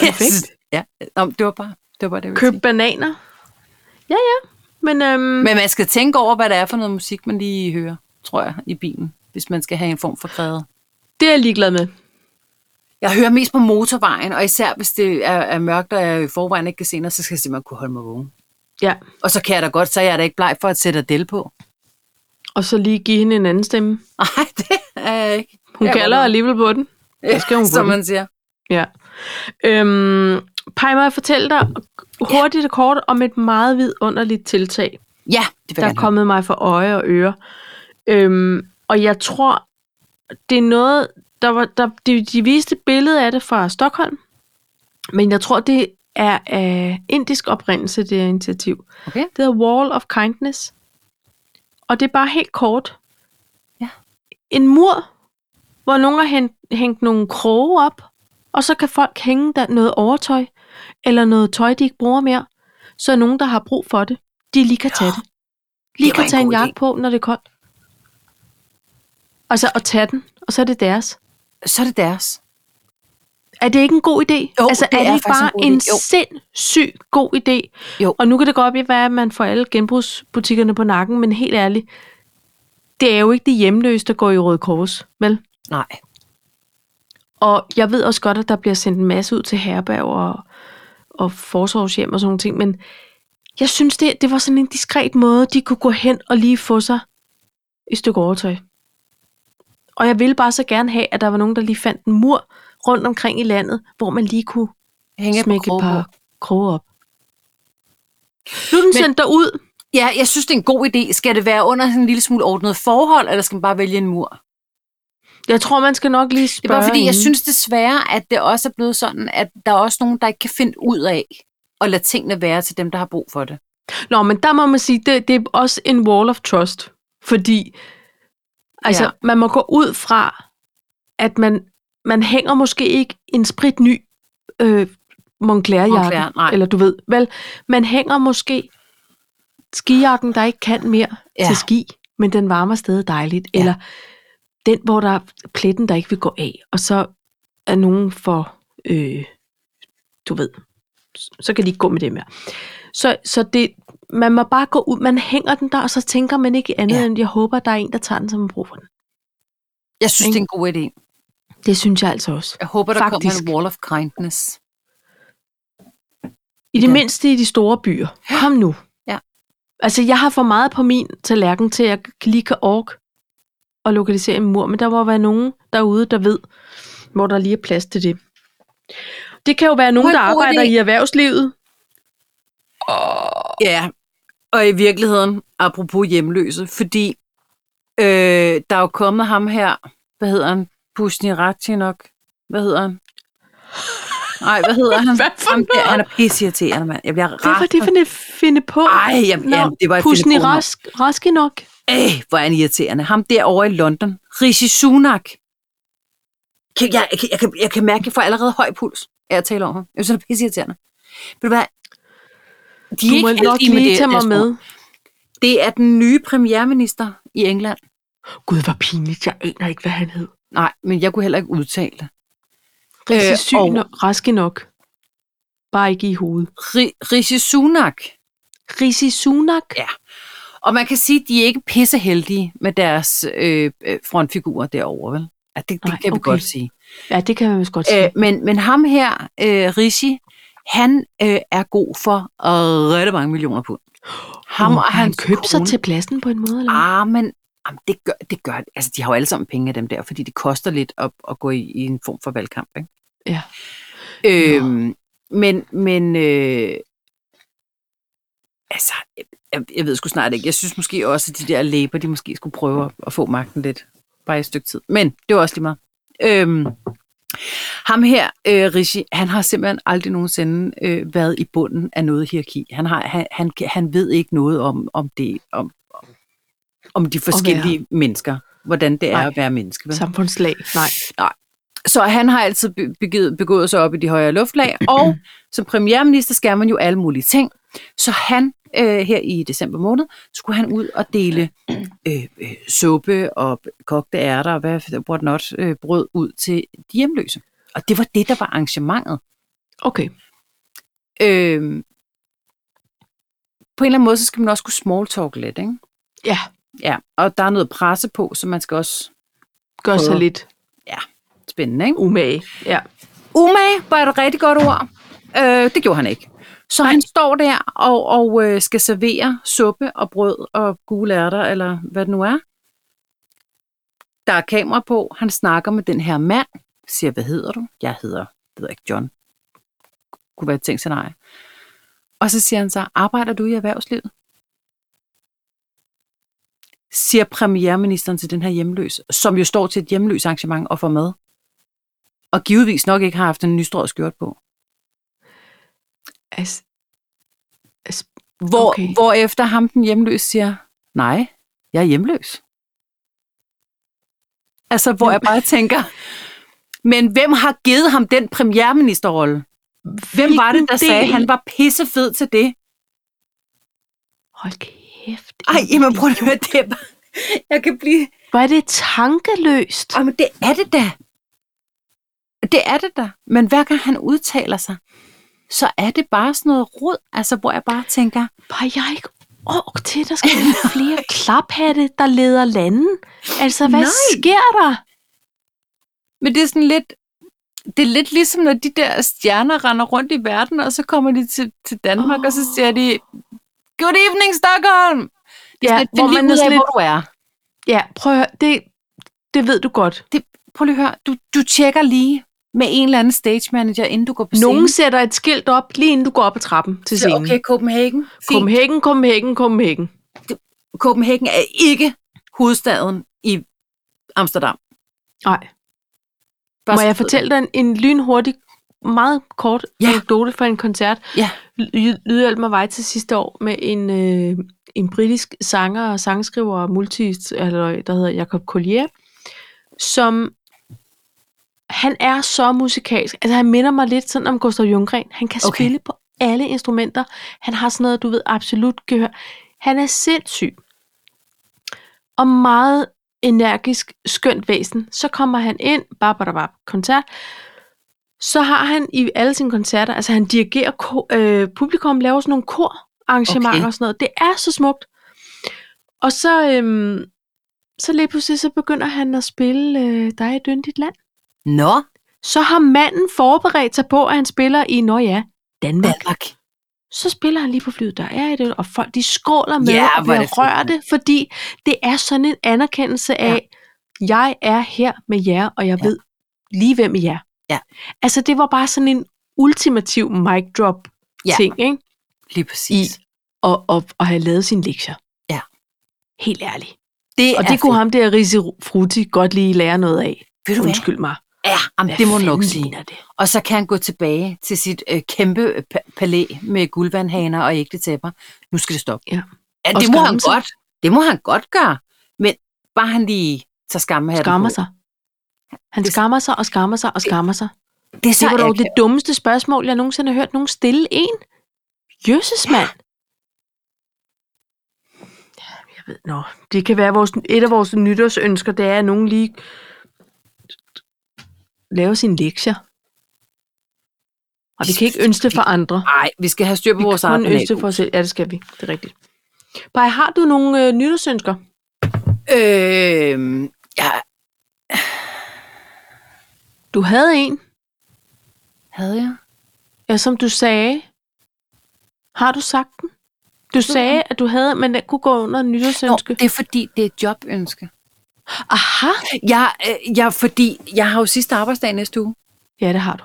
S2: Perfekt.
S1: ja, Nå, men det var bare det, var bare det jeg ville
S2: Køb
S1: sige.
S2: bananer. Ja, ja. Men, øhm,
S1: Men man skal tænke over, hvad det er for noget musik, man lige hører, tror jeg, i bilen, hvis man skal have en form for kræde.
S2: det er jeg ligeglad med.
S1: Jeg hører mest på motorvejen, og især hvis det er, er mørkt, og jeg i forvejen ikke kan se noget, så skal jeg simpelthen kunne holde mig vågen.
S2: Ja.
S1: Og så kan jeg da godt, så er jeg da ikke bleg for at sætte Adele på.
S2: Og så lige give hende en anden stemme.
S1: Nej, det er jeg ikke.
S2: Hun
S1: Jeg er
S2: kalder
S1: godt-
S2: alligevel på den. Så skal hun på
S1: Som
S2: den.
S1: man siger.
S2: Ja. Øhm, Paj, må jeg fortælle dig hurtigt og kort om et meget vidunderligt tiltag,
S1: Ja, det vil
S2: der er
S1: jeg gerne
S2: kommet mig for øje og øre. Øhm, og jeg tror, det er noget, der var, der, de, de viste et billede af det fra Stockholm, men jeg tror, det er af indisk oprindelse, det her initiativ.
S1: Okay.
S2: Det hedder Wall of Kindness. Og det er bare helt kort.
S1: Ja.
S2: En mur, hvor nogen har hængt, hængt nogle kroge op, og så kan folk hænge der noget overtøj, eller noget tøj, de ikke bruger mere, så nogen, der har brug for det, de lige kan tage det. Lige
S1: var
S2: kan
S1: en
S2: tage en
S1: god idé.
S2: jakke på, når det er koldt. Altså, Og så og tage den, og så er det deres.
S1: Så er det deres.
S2: Er det ikke en god idé?
S1: Jo,
S2: altså,
S1: det
S2: er
S1: er
S2: det
S1: faktisk
S2: bare
S1: en god
S2: en,
S1: idé. Jo.
S2: sindssyg god idé?
S1: Jo.
S2: Og nu kan det godt blive, at man får alle genbrugsbutikkerne på nakken, men helt ærligt, det er jo ikke de hjemløse, der går i Røde Kors, vel?
S1: Nej.
S2: Og jeg ved også godt, at der bliver sendt en masse ud til herberg og, og forsorgshjem og sådan nogle ting, men jeg synes, det, det var sådan en diskret måde, de kunne gå hen og lige få sig et stykke overtøj. Og jeg ville bare så gerne have, at der var nogen, der lige fandt en mur rundt omkring i landet, hvor man lige kunne
S1: Hænge
S2: smække et
S1: kroge på.
S2: par kroge op. Nu er den
S1: Men-
S2: sendt derud.
S1: Ja, jeg synes, det er en god idé. Skal det være under sådan en lille smule ordnet forhold, eller skal man bare vælge en mur?
S2: Jeg tror, man skal nok lige
S1: Det er
S2: spørge
S1: bare fordi, jeg
S2: hende.
S1: synes desværre, at det også er blevet sådan, at der er også nogen, der ikke kan finde ud af at lade tingene være til dem, der har brug for det.
S2: Nå, men der må man sige, det, det er også en wall of trust. Fordi altså,
S1: Ja.
S2: ja. man må gå ud fra, at man, man hænger måske ikke en spritny øh,
S1: Montclair, nej.
S2: Montclair-jakke. Eller du ved, vel, man hænger måske skijakken, der ikke kan mere
S1: Ja.
S2: ja. til ski, men den varmer stadig dejligt.
S1: Ja.
S2: Ja. Eller den, hvor der er pletten, der ikke vil gå af, og så er nogen for, øh, du ved, så kan de ikke gå med det mere. Så, så det, man må bare gå ud, man hænger den der, og så tænker man ikke andet
S1: Ja.
S2: ja. end, jeg håber, der er en, der tager den, som man bruger den.
S1: Jeg synes,
S2: Ikke?
S1: det er en god idé.
S2: Det synes jeg altså også.
S1: Jeg håber, der Faktisk.
S2: Faktisk.
S1: kommer en wall of kindness.
S2: I det
S1: Ja.
S2: ja. mindste i de store byer. Kom nu.
S1: Ja.
S2: Altså, jeg har for meget på min tallerken til, at jeg lige kan ork og lokalisere en mur, men der må være nogen derude, der ved, hvor der lige er plads til det. Det kan jo være nogen,
S1: Hvor
S2: der
S1: en god
S2: arbejder
S1: idé.
S2: i erhvervslivet.
S1: Ja, og i virkeligheden, apropos hjemløse, fordi øh, der er jo kommet ham her, hvad hedder han? Pushnirati nok. Hvad hedder han? Nej, hvad hedder han?
S2: Hvad for
S1: ham der,
S2: noget?
S1: han er pisseirriterende, mand. Jeg bliver
S2: Hvad var
S1: rasende.
S2: det for en finde på?
S1: Ah. Ej, jamen, jamen, det var et
S2: Pusni
S1: finde på,
S2: rask, raske nok.
S1: Æh, hvor er han irriterende. Ham derovre i London. Rishi Sunak. Kan- Jeg, jeg, jeg, kan, jeg kan mærke, at jeg får allerede høj puls af at tale om ham. Jeg synes, det er pisseirriterende. Ved du hvad? De er
S2: Du må
S1: ikke
S2: nok
S1: heldige med
S2: lige
S1: det,
S2: tage mig
S1: Asbjørn.
S2: med.
S1: Det er den nye premierminister i England.
S2: Gud, hvor pinligt. Jeg aner ikke, hvad han hed.
S1: Nej, men jeg kunne heller ikke udtale det.
S2: Rigtig
S1: Øh,
S2: syg
S1: og-
S2: nok, raske nok. Bare ikke i hovedet.
S1: Ri- Rishi Sunak.
S2: Rishi Sunak.
S1: Ja. Og man kan sige, at de er ikke pisseheldige med deres øh, øh, frontfigurer derovre, vel? Ja, det, det
S2: Nej,
S1: kan vi
S2: okay.
S1: godt sige.
S2: Ja, det kan man vist godt sige.
S1: Øh, men, men ham her, øh, Rishi, han øh, er god for øh, rigtig mange millioner pund. Ham
S2: Åh,
S1: og
S2: har han
S1: hans
S2: købt sig
S1: kone.
S2: til pladsen på en måde, eller hvad?
S1: Ah, men jamen, det gør, det gør altså, de har jo alle sammen penge af dem der, fordi det koster lidt at, at gå i, i en form for valgkamp, ikke?
S2: Ja.
S1: Øhm, men, men, øh, altså, jeg, jeg, jeg ved sgu snart ikke. Jeg synes måske også, at de der læber, de måske skulle prøve at, at få magten lidt, bare i et stykke tid. Men det var også lige meget. Øhm, ham her, øh, Rishi, han har simpelthen aldrig nogensinde øh, været i bunden af noget hierarki. Han, har, han, han, kan- han ved ikke noget om, om det, om, om de forskellige mennesker, hvordan det er
S2: Nej.
S1: at være menneske. Vel?
S2: Samfundslag. Nej.
S1: Så han har altid be- begivet, begået sig op i de højere luftlag, og som premierminister skal man jo alle mulige ting. Så han, øh, her i december måned, skulle han ud og dele øh, øh, suppe og kogte ærter og hvad whatnot, øh, brød ud til de hjemløse. Og det var det, der var arrangementet.
S2: Okay.
S1: Øh, på en eller anden måde, så skal man også kunne smalltalk lidt, ikke?
S2: Ja,
S1: Ja, og der er noget presse på, så man skal også
S2: gør sig
S1: Prøver.
S2: lidt
S1: spændende, ikke?
S2: umage. Ja.
S1: Umage var et rigtig godt ord. Øh, det gjorde han ikke. Så han står der og, og øh, skal servere suppe og brød og gule ærter, eller hvad det nu er. Der er kamera på. Han snakker med den her mand. Siger, hvad hedder du? Jeg hedder, det ved jeg ikke, John. Kunne være et tænkt scenarie. Og så siger han så, arbejder du i erhvervslivet? Siger premierministeren til den her hjemløs, som jo står til et hjemløs arrangement og får mad. Og givetvis nok ikke har haft en nystrået skjort på.
S2: Altså, altså,
S1: Hvor,
S2: Okay.
S1: okay. hvor efter ham den hjemløs siger, nej, jeg er hjemløs. Altså, hvor jeg bare tænker, men hvem har givet ham den premierministerrolle? Hvem var det, der
S2: hvilken
S1: sagde, at
S2: del-
S1: han var pissefed til det?
S2: Hold kæft.
S1: Ej,
S2: en
S1: jamen prøv at
S2: idiot.
S1: høre det. er bare- Jeg kan blive...
S2: Hvor er det tankeløst.
S1: Jamen, det er det da. Det er det da. Men hver gang han udtaler sig, så er det bare sådan noget rod, altså, hvor jeg bare tænker,
S2: Var jeg ikke ork til, der skal være flere klaphatte, der leder landen? Altså, hvad
S1: Nej.
S2: sker der?
S1: Men det er sådan lidt, det er lidt ligesom, når de der stjerner render rundt i verden, og så kommer de til, til Danmark, oh. og så
S2: Åh.
S1: siger de, Good evening, Stockholm! Det er
S2: Ja,
S1: sådan lidt, det
S2: hvor
S1: er lige
S2: man
S1: ud
S2: er
S1: af,
S2: sådan
S1: hvor du er.
S2: Ja, prøv at høre, det, det ved du godt.
S1: Prøv lige at høre, du, du tjekker lige med en eller anden stage manager, inden du går på scenen.
S2: Nogen sætter et skilt op, lige inden du går op ad trappen til
S1: siger,
S2: scenen.
S1: okay, Copenhagen. Fint.
S2: Copenhagen, Copenhagen, Copenhagen.
S1: Copenhagen er ikke hovedstaden i Amsterdam.
S2: Nej.
S1: Bare
S2: Må
S1: så
S2: jeg
S1: ved
S2: fortælle dig en, en lynhurtig, meget kort
S1: Ja.
S2: ja. anekdote fra en koncert?
S1: Ja.
S2: Ly- Lydhjælp mig vej til sidste år med en, øh, en britisk sanger og sangskriver og multi, eller, der hedder Jacob Collier, som han er så musikalsk. Altså han minder mig lidt sådan om Gustav Junggren. Han kan
S1: Okay.
S2: okay. spille på alle instrumenter. Han har sådan noget, du ved, absolut gehør. Han er sindssyg. Og meget energisk, skønt væsen. Så kommer han ind, babadabab, koncert. Så har han i alle sine koncerter, altså han dirigerer ko, øh, publikum, laver sådan nogle korarrangementer
S1: Okay.
S2: okay. og sådan noget. Det er så smukt. Og så, øhm, så lige pludselig, så begynder han at spille øh, Dig er dønt dit land.
S1: Nå,
S2: Så har manden forberedt sig på, at han spiller i, når ja, Danmark
S1: Danmark.
S2: så spiller han lige på flyet, der er i det, og folk de skråler med
S1: Ja,
S2: yeah, og
S1: hvor er
S2: bliver
S1: det fedt,
S2: rørte, fordi det er sådan en anerkendelse af, jeg er her med jer, og jeg
S1: Ja.
S2: ja. ved lige hvem I er.
S1: Ja.
S2: Altså det var bare sådan en ultimativ mic drop
S1: Ja.
S2: ting, ikke?
S1: Lige præcis. I.
S2: Og, og, og have lavet sine lektier.
S1: Ja.
S2: Helt ærligt.
S1: Det
S2: Og
S1: er
S2: det kunne
S1: fedt.
S2: ham der Risi Frutti godt lige lære noget af.
S1: Ved du hvad?
S2: Undskyld mig.
S1: Ja, jamen,
S2: Hvad
S1: det må du nok
S2: fanden
S1: sige.
S2: ligner Det?
S1: Og så kan han gå tilbage til sit øh, kæmpe øh, pa- palæ med guldvandhaner og ægte tæpper. Nu skal det stoppe.
S2: Ja.
S1: ja
S2: Og
S1: det må han
S2: skamme sig.
S1: godt. Det må han godt gøre. Men bare han lige tager skammehatten
S2: Skammer
S1: på.
S2: sig. Han
S1: Det-
S2: skammer sig og skammer sig og skammer sig.
S1: Det, er så
S2: Det var dog
S1: akavet.
S2: det dummeste spørgsmål, jeg nogensinde har hørt nogen stille en. Jøsses mand. Ja, jeg ved, nå. Det kan være vores, et af vores nytårsønsker, det er, at nogen lige laver sine lektier. Og vi kan ikke ønske det for andre.
S1: Nej, vi skal have styr på
S2: Vi
S1: vores
S2: kan kun
S1: eget
S2: ønske det for os selv. Ja, det skal vi. Det er rigtigt. Bare har du nogle øh, nytårsønsker?
S1: Øh, jeg
S2: Du havde en,
S1: havde jeg.
S2: ja, som du sagde. Har du sagt den? Du sagde, at du havde, men den kunne gå under en
S1: Nå, eh,
S2: nytårsønske.
S1: det er fordi, det er et jobønske.
S2: Aha!
S1: Jeg, øh, jeg, fordi jeg har jo sidste arbejdsdag næste uge.
S2: Ja, det har du.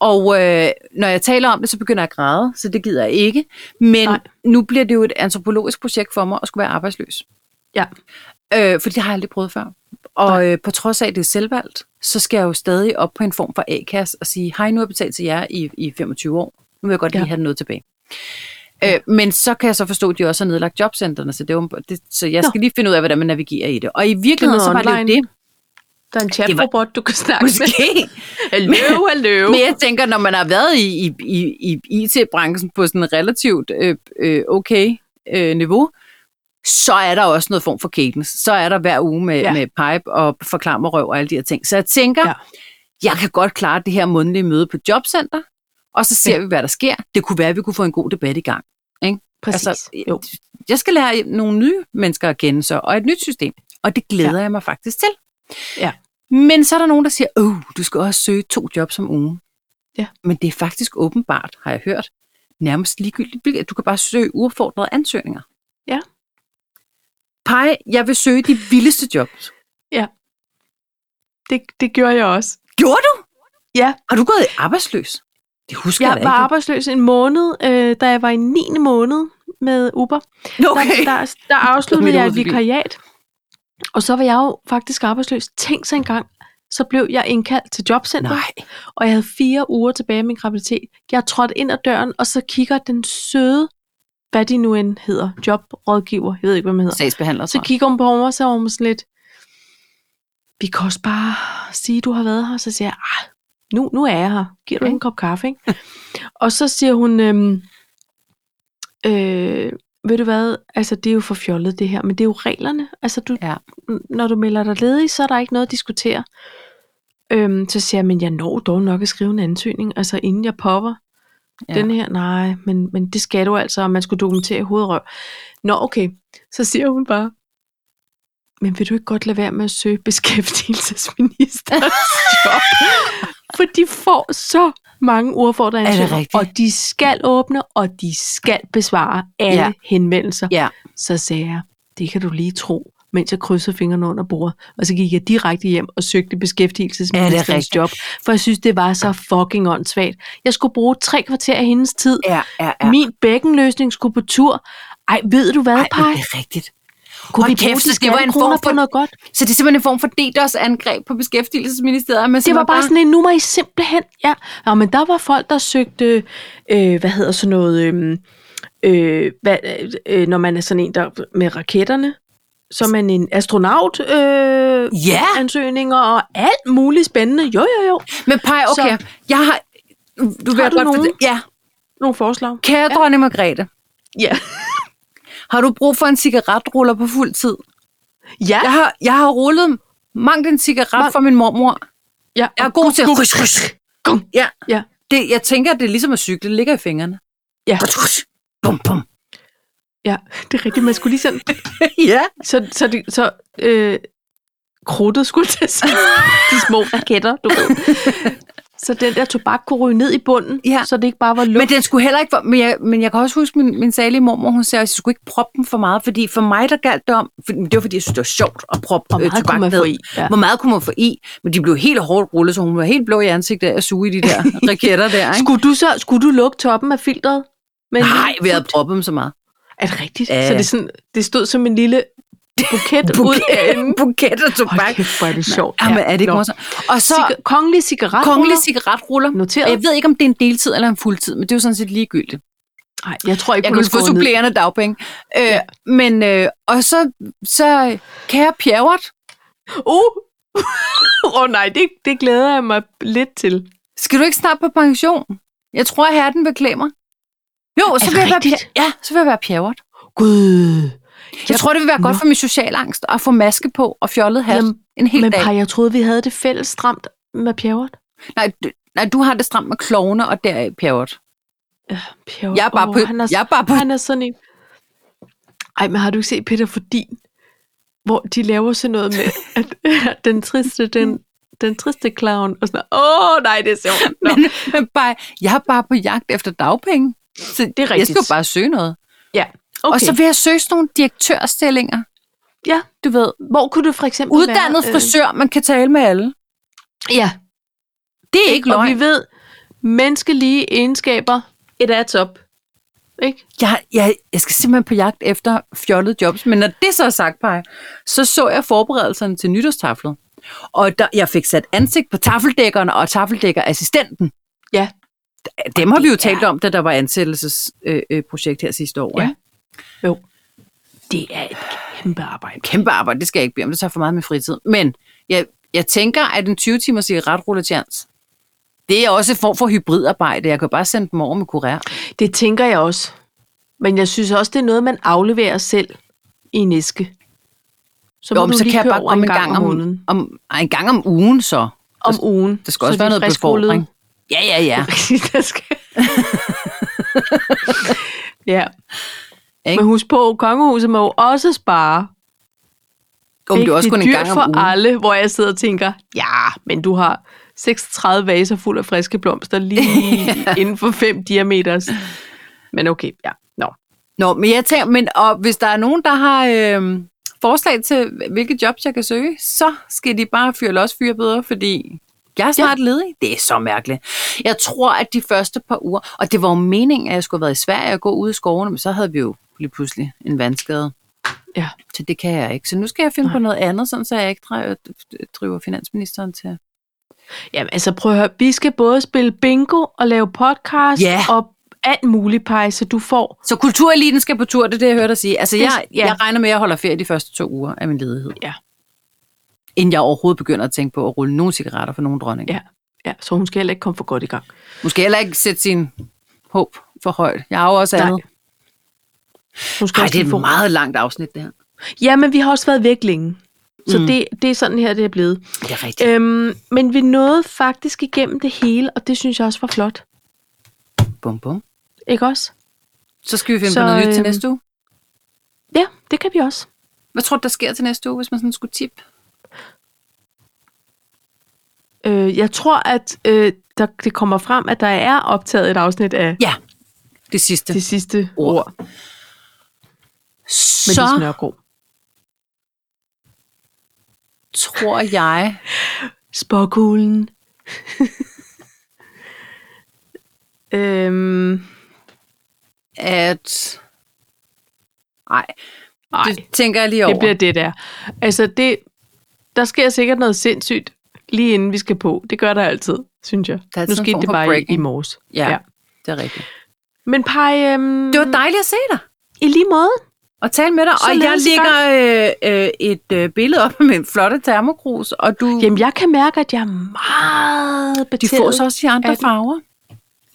S1: Og øh, når jeg taler om det, så begynder jeg at græde, så det gider jeg ikke. Men Nej.
S2: Nej.
S1: nu bliver det jo et antropologisk projekt for mig at skulle være arbejdsløs.
S2: Ja.
S1: Øh, for det har jeg aldrig prøvet før. Og øh, på trods af, at det er selvvalgt, så skal jeg jo stadig op på en form for A-kasse og sige, hej, nu har jeg betalt til jer i, i 25 år. Nu vil jeg godt lige
S2: Ja.
S1: have noget tilbage. Øh, men så kan jeg så forstå, at de også har nedlagt jobcentrene, så, det er jo, det, så jeg
S2: Nå.
S1: skal lige finde ud af, hvordan man navigerer i det. Og i virkeligheden,
S2: Det er
S1: så var
S2: noget
S1: det jo
S2: online.
S1: det.
S2: Der er en
S1: chatrobot,
S2: chatrobot, du kan snakke med.
S1: Måske.
S2: Hallo, hallo.
S1: Men jeg tænker, når man har været i, i, i, i IT-branchen på sådan en relativt øh, øh, okay øh, niveau, så er der også noget form for cadence. Så er der hver uge med, ja.
S2: Ja.
S1: med pipe og forklar mig røv og alle de her ting. Så jeg tænker, ja.
S2: Ja.
S1: jeg kan godt klare det her månedlige møde på jobcenter, og så ser ja.
S2: Ja.
S1: vi, hvad der sker. Det kunne være, at vi kunne få en god debat i gang.
S2: Præcis.
S1: altså,
S2: jo.
S1: Jeg skal lære nogle nye mennesker at kende så, og et nyt system. Og det glæder ja. jeg mig faktisk til.
S2: Ja.
S1: Men så er der nogen, der siger, åh, du skal også søge to jobs om ugen.
S2: Ja.
S1: Men det er faktisk åbenbart, har jeg hørt, nærmest ligegyldigt, hvilket- du kan bare søge uopfordrede ansøgninger.
S2: Ja.
S1: Pej, jeg vil søge de vildeste jobs.
S2: Det, det gjorde jeg også.
S1: Gjorde du?
S2: Ja.
S1: Har du gået arbejdsløs? Det husker
S2: Jeg
S1: jeg
S2: var
S1: da
S2: arbejdsløs en måned, øh, da jeg var i 9. måned med Uber.
S1: ikke. Okay.
S2: Der, der, der
S1: Kom i
S2: afsluttede jeg et
S1: hovedet forbi.
S2: vikariat. Og så var jeg jo faktisk arbejdsløs. Tænk så engang så blev jeg indkaldt til jobcenter,
S1: Nej.
S2: og jeg havde fire uger tilbage af min graviditet. Jeg trådte ind ad døren, og så kigger den søde, hvad de nu end hedder, jobrådgiver, jeg ved ikke, hvad man hedder.
S1: Sagsbehandler,
S2: Så
S1: tror jeg.
S2: kigger hun på mig, og så var hun sådan lidt, vi kan også bare sige, du har været her. Så siger jeg, "Ah, nu, nu er jeg her. Giver du
S1: Okay.
S2: ikke en kop kaffe, ikke? og så siger hun, øhm, øh, ved du hvad, altså det er jo for fjollet det her, men det er jo reglerne. Altså du,
S1: Ja.
S2: n- når du melder dig ledig, så er der ikke noget at diskutere. Øhm, så siger jeg, men jeg når dog nok at skrive en ansøgning, altså inden jeg popper
S1: Ja.
S2: ja. den her. Nej, men, men det skal du altså, og man skulle dokumentere i hovedrøv. Nå, okay. Så siger hun bare, men vil du ikke godt lade være med at søge beskæftigelsesministerens job? For de får så mange
S1: Er det
S2: ordfordringer,
S1: rigtigt?
S2: og de skal åbne, og de skal besvare alle
S1: Ja.
S2: ja. henvendelser.
S1: Ja.
S2: Så sagde jeg, det kan du lige tro, mens jeg krydsede fingrene under bordet. Og så gik jeg direkte hjem og søgte
S1: Er det rigtigt?
S2: beskæftigelsesministerens job, for jeg synes, det var så fucking åndssvagt. Jeg skulle bruge tre kvarter af hendes tid.
S1: Ja, ja, ja.
S2: Ja. Min bækkenløsning skulle på tur. Ej, ved du hvad,
S1: Ej, men
S2: Paj?
S1: det er rigtigt.
S2: Kunne
S1: Hold
S2: vi
S1: kæft,
S2: bruge
S1: så
S2: de
S1: det var en form
S2: skattekroner
S1: for-
S2: på noget godt?
S1: Så det er simpelthen en form for DDoS-angreb på Beskæftigelsesministeriet. Men
S2: Det var bare sådan en nummer i simpelthen. Ja. Nå, men der var folk, der søgte, øh, hvad hedder sådan noget, øh, øh, hvad, øh, når man er sådan en, der med raketterne, så er man en astronaut øh,
S1: Ja,
S2: ansøgninger og alt muligt spændende. Jo, jo, jo.
S1: men Paj, okay. Så... Jeg har... Du vil
S2: Har du
S1: godt
S2: nogen?
S1: fortæ- Ja.
S2: Nogle forslag.
S1: Kære ja. dronning Margrethe,
S2: Ja.
S1: har du brug for en cigaretruller på fuld tid?
S2: Ja.
S1: Jeg har, jeg har rullet mangt en cigaret
S2: Mang-
S1: fra min mormor.
S2: ja.
S1: Jeg er god til at... Rysk, rysk.
S2: Gung.
S1: Ja.
S2: Ja.
S1: Det, jeg tænker, at det er ligesom at cykle. Det ligger i fingrene.
S2: Ja.
S1: Rysk, rysk. Bum, bum.
S2: ja. Det er rigtigt, man skulle lige sådan...
S1: ja.
S2: Så, så, det, så øh, krudtet skulle til at sige. De små raketter, du ved. Så den der tobak kunne ryge ned i bunden,
S1: Ja.
S2: så det ikke bare var luft.
S1: Men den skulle heller ikke... for- Men jeg, men jeg kan også huske, min, min salige mormor, hun sagde, at jeg skulle ikke proppe den for meget, fordi for mig, der galt det om... For, men det var, fordi jeg synes, det var sjovt at proppe
S2: Hvor meget
S1: øh, tobak
S2: kunne man
S1: ned.
S2: få i? Ja.
S1: Hvor meget kunne man få i? Men de blev helt hårdt rullet, så hun var helt blå i ansigtet af at suge i de der raketter der, ikke?
S2: Skulle du så skulle du lukke toppen af filtret? Men
S1: Nej, vi havde proppet dem så meget.
S2: Er det rigtigt?
S1: Ja.
S2: Ja. Så det, er sådan, det stod som en lille buket, ud af en...
S1: buket og
S2: Hold
S1: tobak.
S2: kæft, hvor er det sjovt.
S1: Jamen, er det ikke
S2: Nå.
S1: morsomt? Og så
S2: Ciga- kongelige cigaret.
S1: kongelige cigaretruller. Og
S2: Noteret.
S1: jeg ved ikke, om det er en deltid eller en fuldtid, men det er jo sådan set ligegyldigt.
S2: Nej, jeg tror ikke,
S1: Jeg kunne
S2: hun har
S1: få
S2: skåret ned.
S1: supplerende dagpenge. Øh, ja. Men, øh, og så, så kære Pjerrot,
S2: Uh! Åh oh, nej, det, det glæder jeg mig lidt til.
S1: skal du ikke snart på pension? Jeg tror, at herren vil klæde mig. Jo, så
S2: det
S1: vil, jeg være
S2: rigtigt?
S1: pjer- ja, så vil jeg være Pjerrot.
S2: Gud.
S1: Jeg tror, det vil være godt
S2: Nå.
S1: for min social angst at få maske på og fjollet hat
S2: Jamen,
S1: en hel
S2: Men
S1: dag.
S2: par, jeg troede, vi havde det fælles stramt med Pjerrot.
S1: Nej, du, nej, du har det stramt med klovne og der Pjerrot.
S2: Pjerrot,
S1: Jeg er bare
S2: åh,
S1: på...
S2: Han er,
S1: Jeg er bare på...
S2: han er sådan en... Ej, men har du ikke set Peter Fordin? Hvor de laver sådan noget med, at, at den triste, den, den triste clown, og sådan noget. åh nej, det er sjovt. Nå.
S1: Men, men bare, jeg er bare på jagt efter dagpenge. Så
S2: Det er
S1: jeg skal jo
S2: rigtigt.
S1: bare søge noget.
S2: ja,
S1: Okay.
S2: okay.
S1: Og så vil jeg søge sådan nogle direktørstillinger.
S2: ja,
S1: Du ved,
S2: hvor kunne du for eksempel
S1: uddannet
S2: være,
S1: frisør, man kan tale med alle.
S2: Øh, ja,
S1: Det er ikke
S2: og
S1: løgn.
S2: vi ved, menneskelige egenskaber, et er top. Ikke?
S1: Jeg, jeg, jeg skal simpelthen på jagt efter fjollede jobs. Men når det så er sagt, Paj, så så jeg forberedelserne til nytårstaflet. Og der, jeg fik sat ansigt på tafeldækkerne og tafeldækkerassistenten.
S2: Ja.
S1: Dem har vi jo
S2: det er-
S1: talt om, da der var ansættelsesprojekt øh, øh, projekt her sidste år.
S2: Ja.
S1: ikke?
S2: Jo. Det er et kæmpe arbejde.
S1: Kæmpe arbejde, det skal jeg ikke blive om. Det tager for meget med fritid. Men jeg, jeg tænker, at en 20-timers cigaretrulletjans, det er også en form for hybridarbejde. Jeg kan jo bare sende dem over med kurér.
S2: Det tænker jeg også. Men jeg synes også, det er noget, man afleverer selv i en æske. Så må
S1: Jo, men
S2: du
S1: så
S2: lige
S1: kan jeg
S2: køre
S1: bare
S2: over
S1: komme en gang om, om,
S2: måneden.
S1: om, ej, en gang om ugen så.
S2: om ugen.
S1: Der skal også være noget befordring. Ja, ja, ja.
S2: der skal. ja.
S1: Ikke?
S2: Men husk på, kongehuset må jo også spare.
S1: Om det
S2: Ikke?
S1: er også
S2: det er
S1: kun en
S2: dyrt
S1: gang
S2: for
S1: om ugen.
S2: alle, hvor jeg sidder og tænker, ja, men du har 36 vaser fuld af friske blomster lige inden for 5 diameters. Men okay, ja. Nå.
S1: Nå, men jeg tænker, men og hvis der er nogen, der har øh, forslag til, hvilke jobs jeg kan søge, så skal de bare fyre los fyre bedre, fordi jeg er snart ja. ledig. Det er så mærkeligt. Jeg tror, at de første par uger, og det var jo meningen, at jeg skulle have været i Sverige og gå ud i skovene, men så havde vi jo lige pludselig en vandskade.
S2: Ja.
S1: Så det kan jeg ikke. Så nu skal jeg finde Nej. på noget andet, sådan, så jeg ikke dre- driver øh, finansministeren til
S2: Jamen, altså prøv at høre, vi skal både spille bingo og lave podcast
S1: Ja.
S2: og alt muligt, Paj, så du får...
S1: Så kultureliten skal på tur, det er det, jeg hørte dig sige. Altså, jeg,
S2: Ja.
S1: ja. jeg regner med, at jeg holder ferie de første to uger af min ledighed.
S2: Ja.
S1: Inden jeg overhovedet begynder at tænke på at rulle nogle cigaretter for nogle dronninger.
S2: Ja, ja så hun skal heller ikke komme for godt i gang.
S1: Måske heller ikke sætte sin håb for højt. Jeg har jo også andet.
S2: Hun skal
S1: Nej,
S2: også
S1: det er
S2: lige få-
S1: et meget langt afsnit, det her.
S2: Ja, men vi har også været væk længe. Så
S1: Mm.
S2: mm. det, det er sådan her, det er blevet.
S1: Det er rigtigt.
S2: Øhm, men vi nåede faktisk igennem det hele, og det synes jeg også var flot.
S1: Bum, bum.
S2: Ikke også?
S1: Øh. Så skal vi finde
S2: Så,
S1: på noget nyt til
S2: øhm,
S1: næste uge.
S2: Ja, det kan vi også.
S1: Hvad tror du, der sker til næste uge, hvis man sådan skulle tippe?
S2: Øh, jeg tror, at øh, der, det kommer frem, at der er optaget et afsnit af
S1: Ja, det sidste.
S2: det sidste
S1: Ord.
S2: ord med
S1: Så
S2: Lise Nørgaard.
S1: tror jeg...
S2: Spåkuglen. øhm,
S1: at... Nej,
S2: ej, det,
S1: det tænker jeg lige over.
S2: det bliver det der. Altså, det, der sker sikkert noget sindssygt, lige inden vi skal på. Det gør der altid, synes jeg.
S1: er altid
S2: nu
S1: Altså, en
S2: skete
S1: form
S2: det
S1: for
S2: bare i, i
S1: breaking.
S2: morges.
S1: Ja, det er rigtigt.
S2: Men Paj, øhm,
S1: Det var dejligt at se dig
S2: i lige måde.
S1: og tale med dig. og jeg
S2: Således
S1: lægger øh, øh, et øh, billede op med en flotte termokrus, og du,
S2: Jamen, jeg kan mærke, at jeg er meget
S1: Mm. de
S2: betændt.
S1: får så også i andre
S2: Er det-
S1: farver.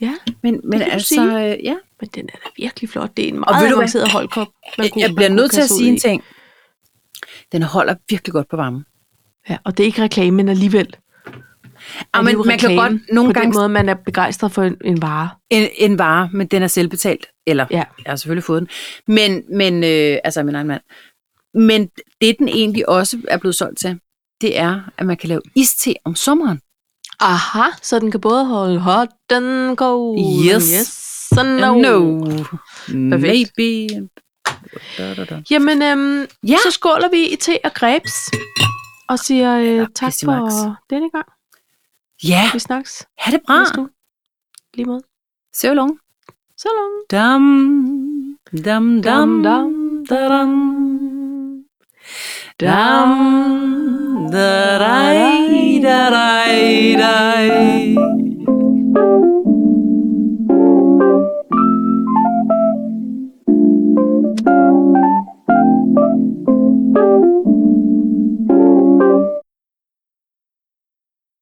S2: Ja,
S1: Men, men
S2: kan du
S1: altså,
S2: sige.
S1: øh, ja.
S2: men den er da virkelig flot. Det er en
S1: Og ved
S2: meget
S1: du hvad?
S2: avanceret holdkop. man kunne-
S1: jeg
S2: man
S1: bliver
S2: kunne
S1: nødt til at
S2: kaste ud
S1: sige en
S2: i.
S1: ting. Den holder virkelig godt på varmen. Ah,
S2: Ja, og det er ikke reklame, men alligevel.
S1: Ja,
S2: er det
S1: men
S2: jo
S1: man kan
S2: reklame
S1: godt nogle
S2: på
S1: gange-
S2: den måde, man er begejstret for en, en vare.
S1: En, en vare, men den er selvbetalt. Eller,
S2: Ja.
S1: jeg har selvfølgelig fået den. Men, men øh, altså af min egen mand. Men det, den egentlig også er blevet solgt til, det er, at man kan lave iste om sommeren.
S2: Aha, så den kan både holde hot and cold.
S1: Yes.
S2: yes and no.
S1: No. no.
S2: Perfekt.
S1: nou. Maybe. Da, da, da.
S2: Jamen, øhm,
S1: Ja.
S2: ja. så skåler vi i te og grebs. Og siger øh, tak
S1: Pissimax.
S2: for denne gang.
S1: Ja,
S2: Vi snakkes.
S1: ha' det bra.
S2: Næste uge. Lige måde.
S1: So long.
S2: Så long.
S1: Dum, dum, dum, dum, da, dum. Dum, da, da, da, da, da.